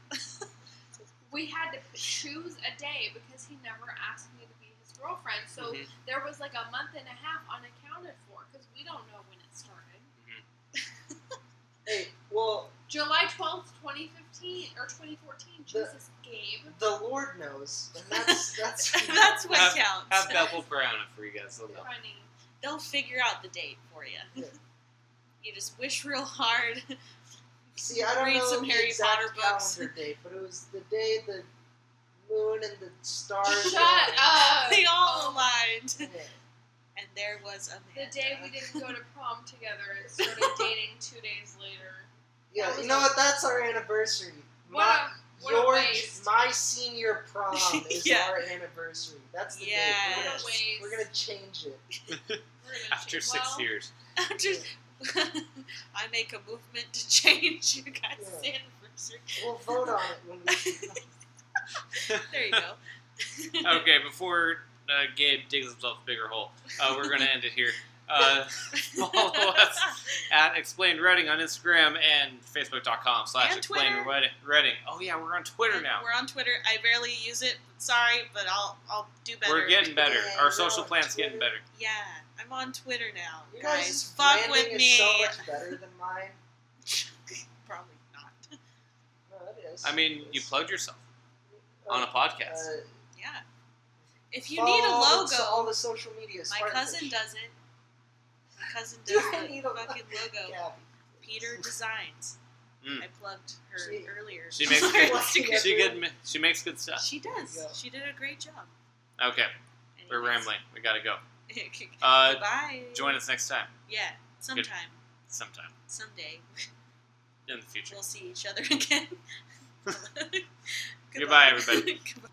D: We had to choose a day because he never asked me to be his girlfriend. So
A: Mm-hmm.
E: Mhm.
D: there was like a month and a half unaccounted for because we don't know when it started.
E: Mm-hmm.
A: Hey, well,
D: July 12th, 2015 or 2014. Jesus, Gabe.
A: the Lord knows, and
D: (laughs)
A: that's that's
B: That's what
E: Have-
B: counts.
E: Have Bethel Brown for you guys. They'll know.
D: Funny.
B: They'll figure out the date for you.
A: Yeah.
B: You just wish real hard.
D: (laughs)
A: See, I don't
B: Read
A: know
B: some
A: the
B: Harry
A: exact
B: Potter books.
A: calendar date, but it was the day the moon and the stars.
D: Shut
B: (laughs)
D: up.
B: they all aligned.
A: Yeah.
B: And there was a
D: The
B: man.
D: day
B: (laughs)
D: we didn't go to prom together and started dating two days later.
A: Yeah, you know what? That's our anniversary.
D: What
A: My,
D: a- what a
A: your,
D: waste.
A: my senior
B: (laughs)
A: prom is
B: Yeah.
A: our anniversary. That's the
B: Yes.
A: date.
D: What a waste.
A: We're gonna, we're gonna change it.
D: We're gonna
C: After
D: change-
C: six
D: well,
C: years.
B: After, (laughs) I make a movement to (laughs) change you guys'
A: Yeah.
B: anniversary.
A: We'll vote on it when
B: (laughs)
A: we.
B: There
E: (laughs)
B: you go.
C: Okay, before uh, Gabe digs himself a bigger hole, uh, we're going to end it here. Uh, follow
E: Oh,
C: us at Explained Reading on Instagram and Facebook.com slash
B: And Twitter.
C: Explained Reading. Oh, yeah, we're on Twitter now.
B: We're on Twitter. I barely use it. Sorry, but I'll I'll do better.
C: We're getting better.
A: Yeah,
C: Our
A: we're
C: social
A: on
C: plan's
A: Twitter.
C: getting better.
B: Yeah, I'm on Twitter now.
A: You
B: guys,
A: guys'
B: fuck
A: branding
B: with
A: is
B: me.
A: so much better than mine.
B: Probably not.
A: No, it is.
C: I mean,
A: It
C: you
A: is.
C: plugged yourself on a podcast.
A: Uh,
B: Yeah. If you need a
A: follow the- all
B: logo,
A: the social media.
B: my cousin doesn't.
A: (laughs)
B: My cousin
A: Do
B: does
A: I
B: the
A: need a
B: fucking logo.
A: Gabby.
B: Peter Designs.
C: Mm.
B: I plugged her
A: She-
B: earlier.
C: She
B: (laughs)
C: makes
B: on our
A: good-
B: Instagram.
C: She, good, ma- she makes good stuff.
B: She does.
A: Yeah.
B: She did a great job.
C: Okay, we're
B: Anyways. (laughs)
C: rambling. We got to go. Uh,
B: Bye.
C: join us next time,
B: Yeah, sometime,
C: sometime
B: someday,
C: in the future.
B: (laughs)
C: (laughs)
B: we'll see each other again. Goodbye.
C: Goodbye, everybody.
B: (laughs) Goodbye.